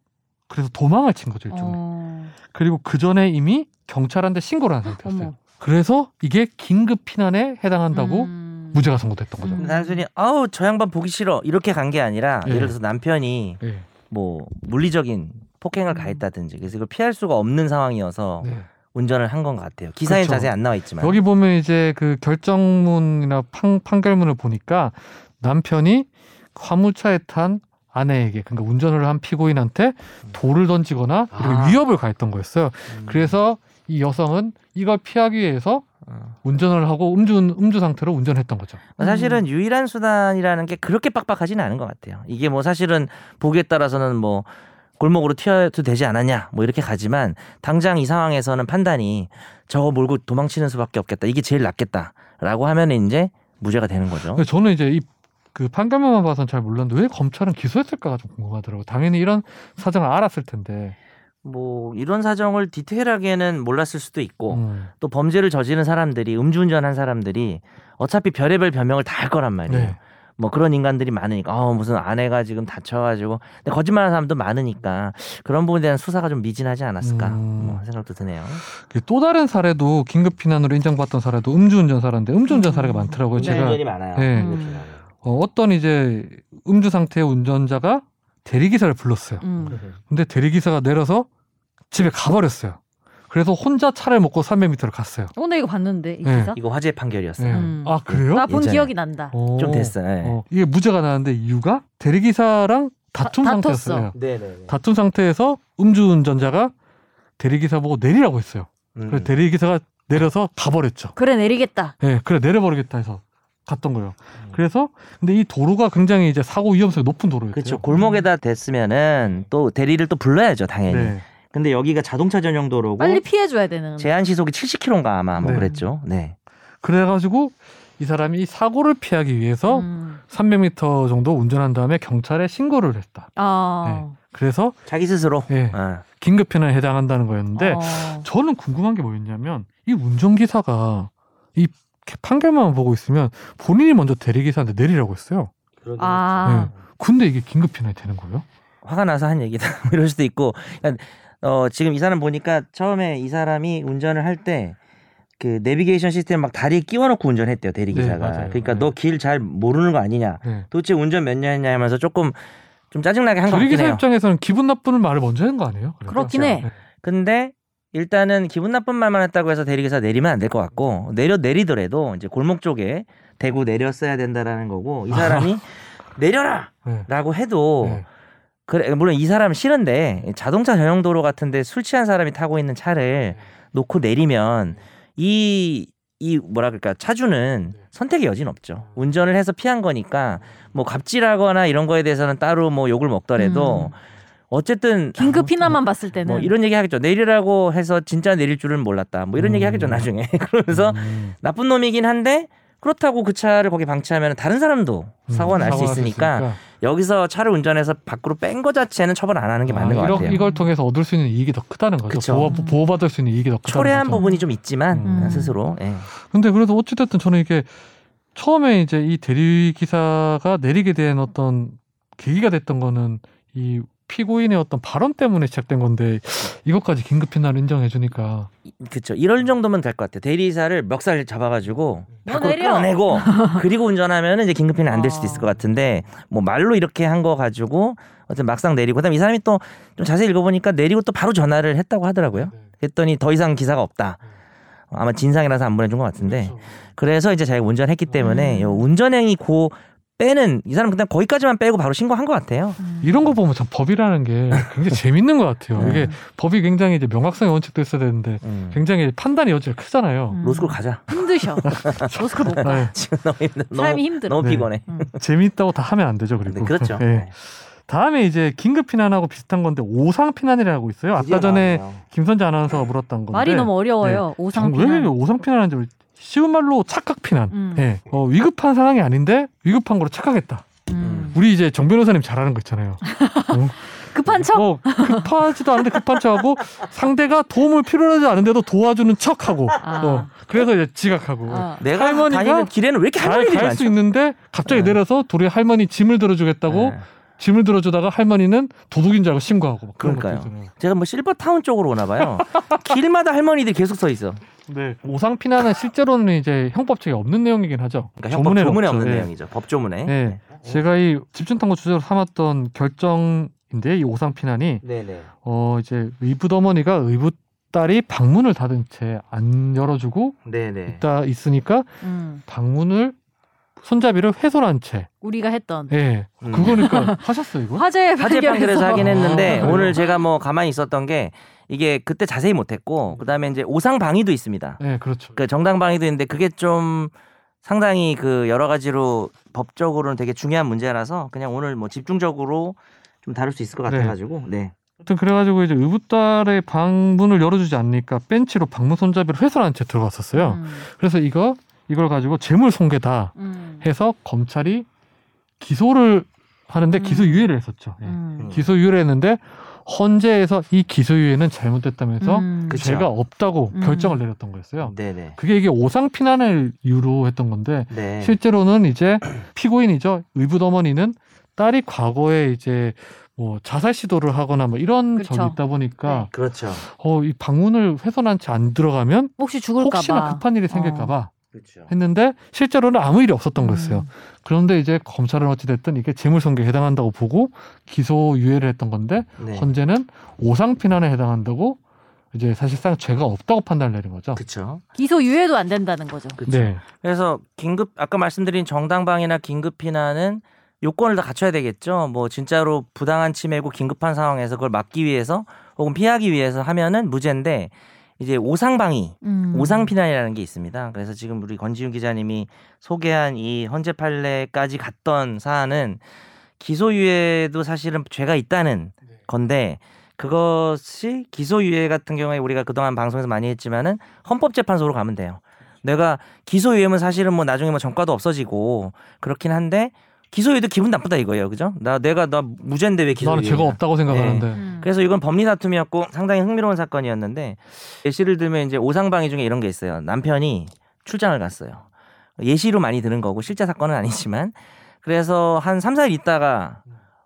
A: 그래서 도망을 친 거죠 일종의.
C: 어.
A: 그리고 그 전에 이미 경찰한테 신고를 한 상태였어요.
C: 어머.
A: 그래서 이게 긴급 피난에 해당한다고
C: 음.
A: 무죄가 선고됐던 거죠.
C: 음.
B: 단순히 아우 저 양반 보기 싫어 이렇게 간 게 아니라
A: 예.
B: 예를 들어서 남편이
A: 예.
B: 뭐 물리적인 폭행을
C: 음.
B: 가했다든지 그래서 이걸 피할 수가 없는 상황이어서
A: 네.
B: 운전을 한 건 같아요. 기사엔
A: 그렇죠.
B: 자세히 안 나와 있지만
A: 여기 보면 이제 그 결정문이나 판, 판결문을 보니까 남편이 화물차에 탄 아내에게 그러니까 운전을 한 피고인한테 돌을 던지거나 이런
B: 아.
A: 위협을 가했던 거였어요.
B: 음.
A: 그래서 이 여성은 이걸 피하기 위해서
B: 어.
A: 운전을 하고 음주 음주 상태로 운전했던 거죠.
B: 뭐 사실은 유일한 수단이라는 게 그렇게 빡빡하지는 않은 것 같아요. 이게 뭐 사실은 보기에 따라서는 뭐 골목으로 튀어도 되지 않았냐 뭐 이렇게 가지만 당장 이 상황에서는 판단이 저거 몰고 도망치는 수밖에 없겠다 이게 제일 낫겠다라고 하면 이제 무죄가 되는 거죠.
A: 근데 저는 이제 이 그 판결문만 봐서는 잘 몰랐는데 왜 검찰은 기소했을까가 좀 궁금하더라고요. 당연히 이런 사정을 알았을 텐데.
B: 뭐 이런 사정을 디테일하게는 몰랐을 수도 있고
A: 음.
B: 또 범죄를 저지른 사람들이 음주운전한 사람들이 어차피 별의별 변명을 다 할 거란 말이에요.
A: 네.
B: 뭐 그런 인간들이 많으니까 어, 무슨 아내가 지금 다쳐가지고 근데 거짓말하는 사람도 많으니까 그런 부분에 대한 수사가 좀 미진하지 않았을까
A: 음.
B: 뭐 생각도 드네요.
A: 그또 다른 사례도 긴급 피난으로 인정받던 사례도 음주운전 사례인데 음주운전 사례가 많더라고요. 뭐 제가
B: 네, 많아요.
A: 네.
C: 음.
A: 어, 어떤 이제 음주 상태의 운전자가 대리기사를 불렀어요.
C: 음.
A: 근데 대리기사가 내려서 집에 가버렸어요. 그래서 혼자 차를 먹고 300m를 갔어요.
C: 오늘 이거 봤는데 이
A: 네.
C: 기사.
B: 이거 화재 판결이었어요.
A: 예.
C: 음.
A: 아 그래요?
C: 나 본
B: 예전에.
C: 기억이 난다.
A: 어.
B: 좀 됐어요. 예.
A: 어, 이게 무죄가 나는데 이유가 대리기사랑 다툼
C: 다-
A: 상태였어요. 예.
B: 네네.
A: 다툼 상태에서 음주운전자가 대리기사 보고 내리라고 했어요.
B: 음.
A: 그래서 대리기사가 내려서 가버렸죠.
C: 그래 내리겠다.
A: 예, 그래 내려버리겠다 해서 갔던 거예요.
B: 음.
A: 그래서 근데 이 도로가 굉장히 이제 사고 위험성이 높은 도로였죠.
B: 그렇죠. 골목에다 댔으면은 또 대리를 또 불러야죠, 당연히.
A: 네.
B: 근데 여기가 자동차 전용 도로고
C: 빨리 피해줘야 되는.
B: 뭐? 제한 시속이 70km인가 아마 뭐
A: 네.
B: 그랬죠. 네.
A: 그래가지고 이 사람이 이 사고를 피하기 위해서
C: 음.
A: 300m 정도 운전한 다음에 경찰에 신고를 했다. 네.
C: 아.
A: 그래서
B: 자기 스스로.
A: 예,
B: 아,
A: 긴급현에 해당한다는 거였는데
C: 어.
A: 저는 궁금한 게 뭐였냐면 이 운전기사가 이 판결만 보고 있으면 본인이 먼저 대리기사한테 내리라고 했어요. 예.
C: 아.
A: 근데 이게 긴급현에 되는 거예요?
B: 화가 나서 한 얘기다. 뭐 이럴 수도 있고. 그러니까 어, 지금 이 사람 보니까 처음에 이 사람이 운전을 할 때 그 내비게이션 시스템 막 다리에 끼워놓고 운전했대요 대리기사가.
A: 맞아요.
B: 그러니까
A: 네.
B: 너 길 잘 모르는 거 아니냐.
A: 네.
B: 도대체 운전 몇 년이냐 하면서 조금 좀 짜증나게 한 것 같긴
A: 대리기사
B: 해요.
A: 입장에서는 기분 나쁜 말을 먼저 하는 거 아니에요? 그래서?
C: 그렇긴 해.
B: 근데 일단은 기분 나쁜 말만 했다고 해서 대리기사 내리면 안 될 것 같고 내려 내리더라도 이제 골목 쪽에 대고 내렸어야 된다라는 거고 이 사람이 내려라라고
A: 네.
B: 해도
A: 아. 네.
B: 그래 물론 이 사람 싫은데 자동차 전용 도로 같은데 술 취한 사람이 타고 있는 차를 놓고 내리면 이 이 뭐라 그럴까 차주는 선택의 여지는 없죠 운전을 해서 피한 거니까 뭐 갑질하거나 이런 거에 대해서는 따로 뭐 욕을 먹더라도 어쨌든
C: 음.
B: 아,
C: 긴급 피난만 봤을 때는.
B: 뭐 이런 얘기 하겠죠. 내리라고 해서 진짜 내릴 줄은 몰랐다. 뭐 이런
A: 음.
B: 얘기 하겠죠 나중에. 그러면서
A: 음.
B: 나쁜 놈이긴 한데 그렇다고 그 차를 거기 방치하면 다른 사람도 사고가 날 수
A: 음. 사고가 날수
B: 있으니까 여기서 차를 운전해서 밖으로 뺀 거 자체는 처벌 안 하는 게 맞는
A: 아,
B: 것
A: 이러-
B: 같아요.
A: 이걸 통해서 얻을 수 있는 이익이 더 크다는 거죠.
B: 그쵸.
A: 보호, 보호받을 수 있는 이익이 더 크다는
B: 초래한
A: 거죠.
B: 부분이 좀 있지만
C: 음.
B: 스스로 예.
A: 근데 그래도 어찌됐든 저는 이게 처음에 이제 이 대리기사가 내리게 된 어떤 계기가 됐던 거는 이 피고인의 어떤 발언 때문에 시작된 건데 이것까지 긴급 피난을 인정해주니까
B: 그렇죠. 이런 정도면 될 것 같아요. 대리사를 멱살 잡아가지고
C: 너
B: 밖으로
C: 뭐 내려!
B: 끌어내고 그리고 운전하면 이제 긴급히는 안 될 수도 있을
C: 아.
B: 것 같은데 뭐 말로 이렇게 한 거 가지고 어쨌든 막상 내리고 그다음 에이 사람이 또 좀 자세히 읽어보니까 내리고 또 바로 전화를 했다고 하더라고요. 했더니 더 이상 기사가 없다. 아마 진상이라서 안 보내준 것 같은데 그래서 이제 자기가 운전했기 때문에
C: 음.
B: 요 운전행위 고 빼는 이 사람 은 그냥 거기까지만 빼고 바로 신고한 것 같아요.
C: 음.
A: 이런 거 보면 참 법이라는 게 굉장히 재밌는 것 같아요.
B: 네.
A: 이게 법이 굉장히 이제 명확성의 원칙도 있어야 되는데
B: 음.
A: 굉장히 판단의 여지가 크잖아요.
C: 음.
B: 로스쿨 가자.
C: 힘드셔. 로스쿨 못 가.
A: 네,
B: 지금 너무 힘들,
C: 삶이
B: 너무
C: 힘들어.
B: 너무
A: 네.
B: 피곤해.
A: 재밌다고 다 하면 안 되죠.
B: 근데
A: 그리고
B: 그렇죠.
A: 예. 다음에 이제 긴급 피난하고 비슷한 건데 오상 피난이라고 있어요. 아까 전에 김선재 아나운서가 물었던 건데 네.
C: 말이 너무 어려워요. 오상
A: 전- 왜
C: 피난.
A: 오상 피난하는지 모르- 쉬운 말로 착각 피난.
C: 음.
A: 예. 어, 위급한 상황이 아닌데 위급한 걸로 착각했다.
C: 음.
A: 우리 이제 정 변호사님 잘하는 거 있잖아요.
C: 급한 척.
A: 어, 급하지도 않은데 급한 척하고 상대가 도움을 필요로 하지 않은데도 도와주는 척하고.
C: 아.
A: 어, 그래서 이제 지각하고.
C: 아.
B: 내가
A: 할머니가
B: 다니는 길에는 왜 이렇게
A: 잘
B: 할머니들이
A: 갈 수
B: 많죠?
A: 있는데 갑자기
B: 네.
A: 내려서 도리 할머니 짐을 들어주겠다고
B: 네.
A: 짐을 들어주다가 할머니는 도둑인 줄 알고 신고하고 막 그런
B: 그러니까요.
A: 것도 있잖아요.
B: 제가 뭐 실버타운 쪽으로 오나 봐요. 길마다 할머니들이 계속 서 있어.
A: 네. 오상 피난은 실제로는 이제 형법적에 없는 내용이긴 하죠.
B: 그러니까 형법
A: 조문에는
B: 조문에
A: 없죠.
B: 없는
A: 예.
B: 내용이죠. 법조문에.
A: 네. 제가 이 집중탐구 주제로 삼았던 결정인데 이 오상 피난이
B: 네, 네.
A: 어 이제 의붓어머니가 의붓딸이 방문을 닫은 채 안 열어주고
B: 네, 네.
A: 있다 있으니까
C: 음.
A: 방문을 손잡이를 훼손한 채.
C: 우리가 했던
A: 예.
B: 음.
A: 그거니까 하셨어요 이거?
C: 화재
B: 화재 판결에서
C: 판결에서
B: 하긴
A: 아,
B: 했는데
A: 그래요?
B: 오늘 제가 뭐 가만히 있었던 게 이게 그때 자세히 못 했고 그다음에 이제 오상 방위도 있습니다.
A: 예, 그렇죠.
B: 그 정당 방위도 있는데 그게 좀 상당히 그 여러 가지로 법적으로는 되게 중요한 문제라서 그냥 오늘 뭐 집중적으로 좀 다룰 수 있을 것
A: 네.
B: 같아 가지고. 네.
A: 아무튼 그래가지고 이제 의붓딸의 방문을 열어주지 않으니까 벤치로 방문 손잡이를 훼손한 채 들어갔었어요.
C: 음.
A: 그래서 이거 이걸 가지고 재물 손괴다
C: 음.
A: 해서 검찰이 기소를 하는데
C: 음.
A: 기소 유예를 했었죠. 예.
C: 음.
A: 기소 유예를 했는데 헌재에서 이 기소 유예는 잘못됐다면서
C: 음.
B: 그- 그쵸.
A: 죄가 없다고
C: 음.
A: 결정을 내렸던 거였어요.
B: 네, 네.
A: 그게 이게 오상 피난을 이유로 했던 건데
B: 네.
A: 그 실제로는 이제 피고인이죠 의붓 어머니는 딸이 과거에 이제 뭐 자살 시도를 하거나 뭐 이런 적이
C: 그렇죠.
A: 있다 보니까
B: 그렇죠.
A: 어 이 방문을 훼손한 채 안 들어가면
C: 혹시 네. 죽을까
A: 혹시나
C: 봐.
A: 급한 일이 생길까
C: 어.
A: 봐
D: 그렇죠.
A: 했는데 실제로는 아무 일이 없었던 거였어요.
C: 음.
A: 그런데 이제 검찰은 어찌됐든 이게 재물손괴에 해당한다고 보고 기소 유예를 했던 건데
D: 네.
A: 헌재는 오상피난에 해당한다고 이제 사실상 죄가 없다고 판단을 내린 거죠. 네.
D: 그렇죠.
C: 기소 유예도 안 된다는 거죠.
D: 그렇죠.
B: 예, 그래서 긴급 아까 말씀드린 정당방위나 긴급 피난은 요건을 다 갖춰야 되겠죠. 뭐 진짜로 부당한 침해고 긴급한 상황에서 그걸 막기 위해서 혹은 피하기 위해서 하면은 무죄인데 이제 오상방위
C: 음.
B: 오상 피난이라는 게 있습니다. 그래서 지금 우리 권지윤 기자님이 소개한 이 헌재 판례까지 갔던 사안은 기소유예도 사실은 죄가 있다는
A: 네.
B: 건데 그것이 기소유예 같은 경우에 우리가 그동안 방송에서 많이 했지만은 헌법재판소로 가면 돼요.
A: 그렇죠.
B: 내가 기소유예면 사실은 뭐 나중에 뭐 전과도 없어지고 그렇긴 한데 기소유예도 기분 나쁘다 이거예요, 그죠? 나 내가 나 무죄인데 왜 기소유예? 네.
A: 나는 죄가 없다고 생각하는데
C: 음.
B: 그래서 이건 법리 다툼이었고 상당히 흥미로운 사건이었는데 예시를 들면 이제 오상방위 중에 이런 게 있어요. 남편이 출장을 갔어요. 예시로 많이 드는 거고 실제 사건은 아니지만 그래서 한 3, 4일 있다가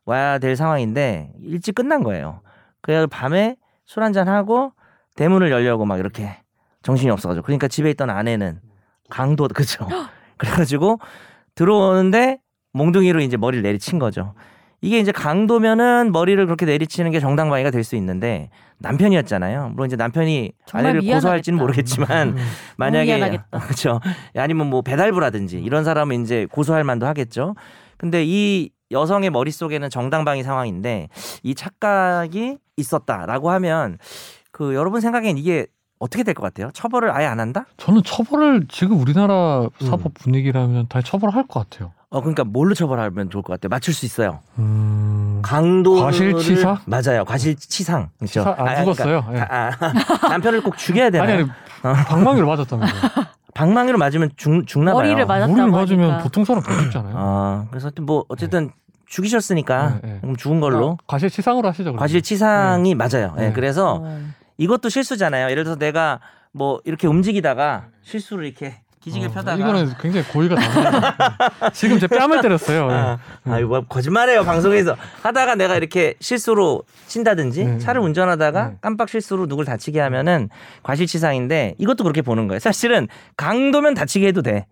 B: 와야 될 상황인데 일찍 끝난 거예요. 그래서 밤에 술 한잔 하고 대문을 열려고 막 이렇게 정신이 없어가지고 그러니까 집에 있던 아내는 강도 그죠. 그래가지고 들어오는데 몽둥이로 이제 머리를 내리친 거죠. 이게 이제 강도면은 머리를 그렇게 내리치는 게 정당방위가 될 수 있는데 남편이었잖아요. 물론 이제 남편이
C: 정말
B: 아내를 고소할지는
C: 미안하겠다.
B: 모르겠지만
A: 음.
B: 만약에
C: 미안하겠다.
B: 그렇죠. 아니면 뭐 배달부라든지 이런 사람은 이제 고소할 만도 하겠죠. 근데 이 여성의 머릿속에는 정당방위 상황인데 이 착각이 있었다라고 하면 그 여러분 생각엔 이게 어떻게 될 것 같아요? 처벌을 아예 안 한다?
A: 저는 처벌을 지금 우리나라
B: 음.
A: 사법 분위기라면 다 처벌할 것 같아요.
B: 어 그러니까 뭘로 처벌하면 좋을 것 같아요? 맞출 수 있어요.
A: 음...
D: 강도
A: 과실치사?
B: 맞아요. 과실치상. 그렇죠.
A: 치사- 아, 죽었어요. 예.
B: 아, 어. 아, 남편을 꼭 죽여야 되나요?
A: 아니 아니 방망이를 맞았다면서요.
B: 방망이로 맞으면 죽, 죽나 봐요.
C: 머리를 맞았다고
A: 머리를 맞으면
C: 하니까.
A: 보통 사람 못 죽잖아요.
B: 아, 그래서 하여튼 뭐 어쨌든 죽이셨으니까
A: 네, 네.
B: 그럼 죽은
C: 어,
B: 걸로
A: 과실치상으로 하시죠. 그러면.
B: 과실치상이 맞아요. 예,
A: 네.
B: 그래서
C: 어.
B: 이것도 실수잖아요. 예를 들어서 내가 뭐 이렇게 움직이다가 실수로 이렇게 기지개
A: 어,
B: 펴다가
A: 이거는 굉장히 고의가 다르네요. 지금 제 뺨을 때렸어요.
B: 아,
A: 음.
B: 아유 뭐 거짓말해요 방송에서 하다가 내가 이렇게 실수로 친다든지
A: 네.
B: 차를 운전하다가
A: 네.
B: 깜빡 실수로 누굴 다치게 하면은 과실치상인데 이것도 그렇게 보는 거예요. 사실은 강도면 다치게 해도 돼.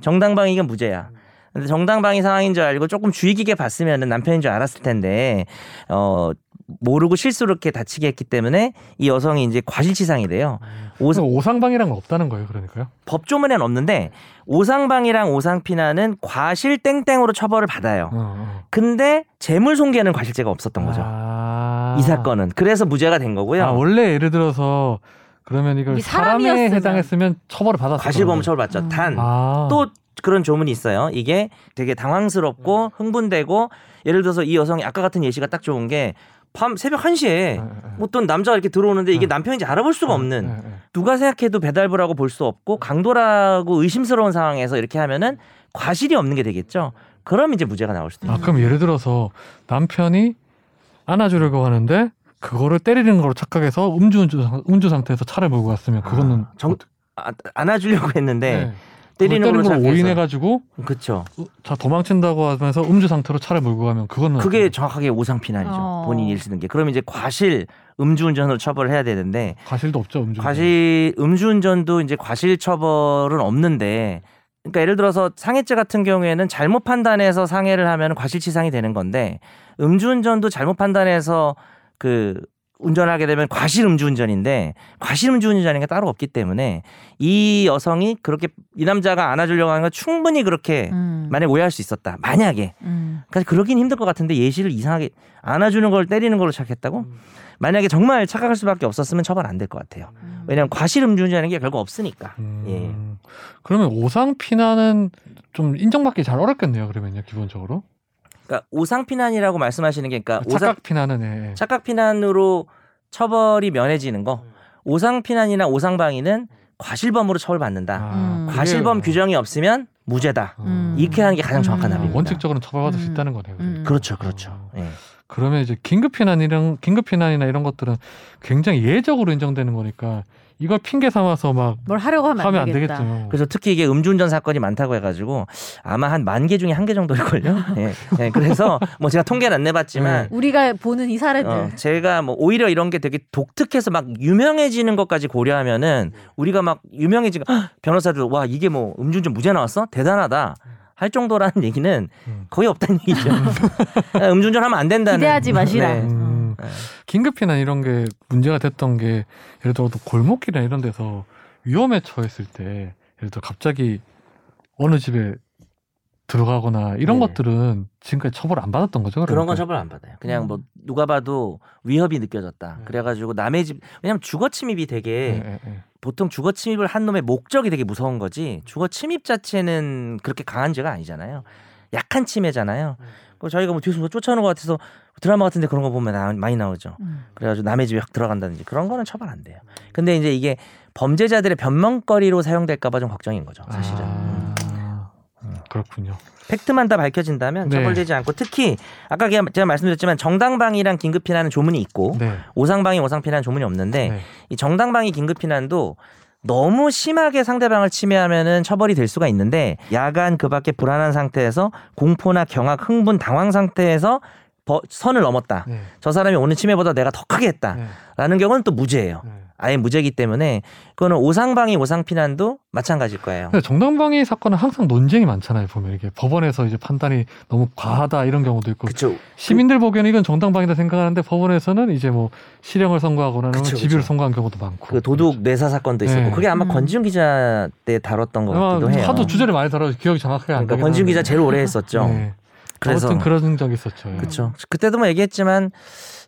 B: 정당방위가 무죄야. 근데 정당방위 상황인 줄 알고 조금 주의 깊게 봤으면은 남편인 줄 알았을 텐데 어 모르고 실수로 이렇게 다치게 했기 때문에 이 여성이 이제 과실치상이래요.
A: 그래서
B: 오상,
A: 오상방이란 건 없다는 거예요. 그러니까요.
B: 법조문엔 없는데 오상방이랑 오상피난은 과실 땡땡으로 처벌을 받아요.
A: 어, 어.
B: 근데 재물 손괴는 과실죄가 없었던 거죠.
A: 아.
B: 이 사건은 그래서 무죄가 된 거고요.
A: 아, 원래 예를 들어서 그러면 이걸
C: 이
A: 사람에
C: 사람이었으면.
A: 해당했으면 처벌을 받았을
B: 과실범
A: 거예요.
B: 처벌 받죠.
C: 음.
B: 단 또
A: 아.
B: 그런 조문이 있어요. 이게 되게
A: 음.
B: 당황스럽고 흥분되고 예를 들어서 이 여성이 아까 같은 예시가 딱 좋은 게 밤 새벽
A: 예,
B: 1시에 뭐 어떤 남자가 이렇게 들어오는데 이게
A: 음.
B: 남편인지 알아볼 수가 네. 없는
A: 예, 예.
B: 누가 생각해도 배달부라고 볼 수 없고 강도라고 의심스러운 상황에서 이렇게 하면은 과실이 없는 게 되겠죠. 그럼 이제 무죄가 나올 수도
A: 아,
B: 있어요.
A: 그럼 예를 들어서 남편이 안아주려고 하는데 그거를 때리는 걸로 착각해서 음주운전 상- 음주 상태에서 차를 몰고 갔으면 그거는
B: 정- 아, 안아주려고 했는데
A: 네.
B: 때리는 걸로
A: 걸 오인해
B: 생각해서
A: 가지고
B: 그렇죠.
A: 자 도망친다고 하면서 음주 상태로 차를 몰고 가면 그거는
B: 그게
A: 어때요?
B: 정확하게 오상 피난이죠.
C: 어.
B: 본인이 쓰는 게. 그럼 이제 과실 음주운전으로 처벌을 해야 되는데
A: 과실도 없죠 음주
B: 과실 음주운전도 이제 과실 처벌은 없는데 그러니까 예를 들어서 상해죄 같은 경우에는 잘못 판단해서 상해를 하면 과실치상이 되는 건데 음주운전도 잘못 판단해서 그 운전하게 되면 과실 음주운전인데 과실 음주운전이 게 따로 없기 때문에 이 여성이 그렇게 이 남자가 안아주려고 하는 건 충분히 그렇게
C: 음.
B: 만약 오해할 수 있었다 만약에
C: 음.
B: 그러니까 그러긴 힘들 것 같은데 예시를 이상하게 안아주는 걸 때리는 걸로 착각했다고?
A: 음.
B: 만약에 정말 착각할 수밖에 없었으면 처벌 안 될 것 같아요.
C: 음.
B: 왜냐하면 과실 음주운전이라는 게 결국 없으니까.
A: 음,
B: 예.
A: 그러면 오상 피난은 좀 인정받기 잘 어렵겠네요 그러면요 기본적으로
B: 그러니까 오상 피난이라고 말씀하시는 게 그러니까 오상
A: 착각 피난은 예, 예.
B: 착각 피난으로 처벌이 면해지는 거. 오상 피난이나 오상방위는 과실범으로 처벌받는다.
A: 아,
C: 음.
A: 그게- 아. 어.
B: 과실범 규정이 없으면 무죄다.
C: 음.
B: 이렇게 하는 게 가장 정확한
C: 음.
B: 답입니다.
A: 원칙적으로는 처벌받을 수
C: 음.
A: 있다는 거네요. 그래도.
C: 음.
B: 그렇죠, 그렇죠. 예.
A: 그러면 이제 긴급 피난 이런 긴급 피난이나 이런 것들은 굉장히 예외적으로 인정되는 거니까 이걸 핑계 삼아서 막
C: 뭘 하려고 하면,
A: 하면 안
C: 되겠다.
A: 되겠죠.
B: 그래서 특히 이게 음주운전 사건이 많다고 해가지고 아마 한 만 개 중에 한 개 정도일걸요. 예. 예, 그래서 뭐 제가 통계는 안 내봤지만
C: 우리가 보는 이 사례들.
B: 어, 제가 뭐 오히려 이런 게 되게 독특해서 막 유명해지는 것까지 고려하면은 우리가 막 유명해지고 "헉, 변호사들 와 이게 뭐 음주운전 무죄 나왔어 대단하다 할 정도라는 얘기는
A: 음.
B: 거의 없다는 얘기죠. 아, 음주운전 하면 안 된다는.
C: 기대하지 마시라.
B: 네.
A: 음,
B: 네.
A: 긴급 피난 이런 게 문제가 됐던 게 예를 들어 골목길이나 이런 데서 위험에 처했을 때 예를 들어 갑자기 어느 집에 들어가거나 이런
D: 네.
A: 것들은 지금까지 처벌 안 받았던 거죠.
D: 그런 건
A: 그러니까.
D: 처벌 안 받아요.
B: 그냥 뭐 누가 봐도 위협이 느껴졌다.
D: 음.
B: 그래가지고 남의 집 왜냐면 주거 침입이 되게
A: 예, 예, 예.
B: 보통 주거 침입을 한 놈의 목적이 되게 무서운 거지 주거 침입 자체는 그렇게 강한 죄가 아니잖아요. 약한 침해잖아요.
A: 음.
B: 그 저희가 뭐 뒤에서 뭐 쫓아오는 것 같아서 드라마 같은데 그런 거 보면 나- 많이 나오죠.
C: 음.
B: 그래가지고 남의 집에 확 들어간다든지 그런 거는 처벌 안 돼요. 근데 이제 이게 범죄자들의 변명거리로 사용될까봐 좀 걱정인 거죠. 사실은 음.
A: 아, 그렇군요.
B: 팩트만 다 밝혀진다면
A: 네.
B: 처벌되지 않고 특히 아까 제가 제가 말씀드렸지만 정당방위랑 긴급피난은 조문이 있고
A: 네.
B: 오상방위 오상피난 조문이 없는데
A: 네.
B: 이 정당방위 긴급피난도 너무 심하게 상대방을 침해하면은 처벌이 될 수가 있는데 야간 그밖에 불안한 상태에서 공포나 경악, 흥분, 당황 상태에서 버- 선을 넘었다.
A: 네.
B: 저 사람이 오는 침해보다 내가 더 크게 했다라는
A: 네.
B: 경우는 또 무죄예요.
A: 네.
B: 아예 무죄이기 때문에 그거는 오상방위 오상피난도 마찬가지일 거예요.
A: 근데 정당방위 사건은 항상 논쟁이 많잖아요. 보면 이게 법원에서 이제 판단이 너무 과하다 이런 경우도 있고
D: 그렇죠.
A: 시민들 보기에는 이건 정당방위다 생각하는데 법원에서는 이제 뭐 실형을 선고하거나 아니면
D: 그쵸,
A: 집유를
D: 그쵸.
A: 선고한 경우도 많고
B: 그 도둑 뇌사 사건도 있었고
A: 네.
B: 그게 아마
C: 음.
B: 권지훈 기자 때 다뤘던 것
A: 아마
B: 뭐
A: 뭐
B: 같기도 해요.
A: 하도 주제를 많이 다뤄서 기억이 정확하게 안
B: 그러니까
A: 나긴
B: 권지훈 기자
A: 하는데.
B: 제일 오래 했었죠.
A: 네.
B: 그래서
A: 아무튼 그런 적이 있었죠. 예.
B: 그렇죠. 그때도 뭐 얘기했지만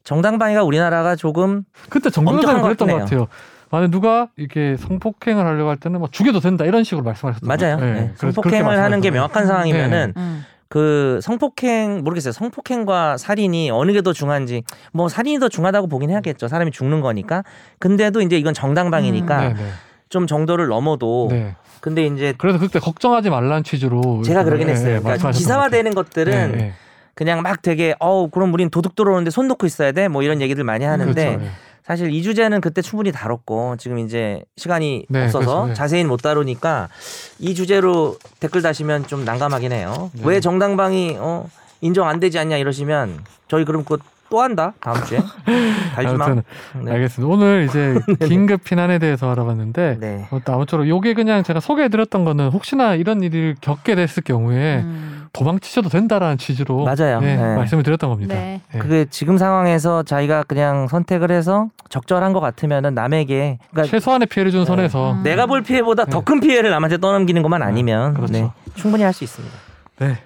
B: 정당방위가 우리나라가 조금
A: 그때 정변호사가
B: 엄청난 것
A: 그랬던 것 같아요.
B: 같네요.
A: 만약 누가 이렇게 성폭행을 하려고 할 때는 막 죽여도 된다 이런 식으로 말씀하셨던
B: 맞아요.
A: 것 같아요.
B: 네.
A: 예. 그래서 그렇게
B: 성폭행을 하는
A: 말씀하셨어요. 네.
B: 게 명확한 상황이면은
C: 음.
B: 그 성폭행 모르겠어요. 성폭행과 살인이 어느 게 더 중한지 뭐 살인이 더 중하다고 보긴 해야겠죠. 사람이 죽는 거니까. 근데도 이제 이건 정당방위니까
A: 네, 네.
B: 좀 정도를 넘어도
A: 네.
B: 근데 이제
A: 그래서 그때 걱정하지 말라는 취지로
B: 제가 그러긴
A: 예, 예,
B: 했어요. 그러니까
A: 말씀하셨던 것 같아요.
B: 기사화되는 것들은
A: 예, 예.
B: 그냥 막 되게 어우 그럼 우린 도둑 들어오는데 손 놓고 있어야 돼 뭐 이런 얘기들 많이 하는데
A: 그렇죠. 예.
B: 사실 이 주제는 그때 충분히 다뤘고 지금 이제 시간이
A: 네,
B: 없어서
A: 그렇죠. 네.
B: 자세히는 못 다루니까 이 주제로 댓글 다시면 좀 난감하긴 해요.
A: 네.
B: 왜 정당방위 어, 인정 안 되지 않냐 이러시면 저희 그럼 그거 또 한다 다음 주에 달지 마.
A: 아무튼
B: 네.
A: 알겠습니다. 오늘 이제 긴급 피난에 대해서 알아봤는데
B: 네.
A: 아무튼 아무쪼록 요게 그냥 제가 소개해드렸던 거는 혹시나 이런 일을 겪게 됐을 경우에
C: 음.
A: 도망치셔도 된다라는 취지로
B: 맞아요.
A: 예,
B: 네.
A: 말씀을 드렸던 겁니다.
C: 네.
A: 예.
B: 그게 지금 상황에서 자기가 그냥 선택을 해서 적절한 것 같으면은 남에게 그러니까
A: 최소한의 피해를 준
B: 네.
A: 선에서
C: 음.
B: 내가 볼 피해보다 더 큰 피해를 남한테 떠넘기는 것만 아니면
A: 그렇죠.
B: 네, 충분히 할 수 있습니다.
A: 네.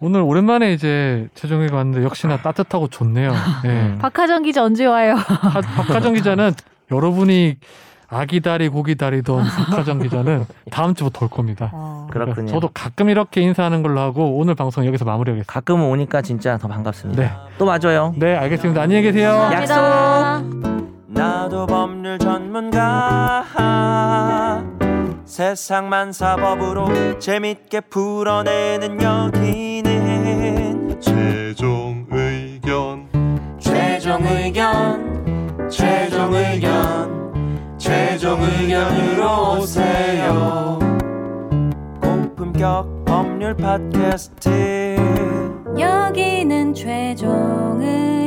A: 오늘 오랜만에 이제 최종회가 왔는데 역시나 따뜻하고 좋네요.
B: 음.
A: 예.
C: 박하정 기자 언제 와요?
A: 하- 박하정 기자는 여러분이 아기다리 고기다리던 박하정 기자는 다음 주부터 올 겁니다.
C: 아.
A: 그러니까
B: 그렇군요.
A: 저도 가끔 이렇게 인사하는 걸로 하고 오늘 방송 여기서 마무리하겠습니다.
B: 가끔 오니까 진짜 더 반갑습니다.
A: 네.
B: 또 맞아요.
A: 네, 알겠습니다. 안녕히 계세요.
B: 네.
C: 감사합니다.
E: 나도 법률 전문가 세상만 사법으로 재밌게 풀어내는 여기는
F: 최종 의견
E: 최종 의견 최종 의견 최종 의견으로 오세요 고품격 법률 팟캐스트
G: 여기는 최종 의견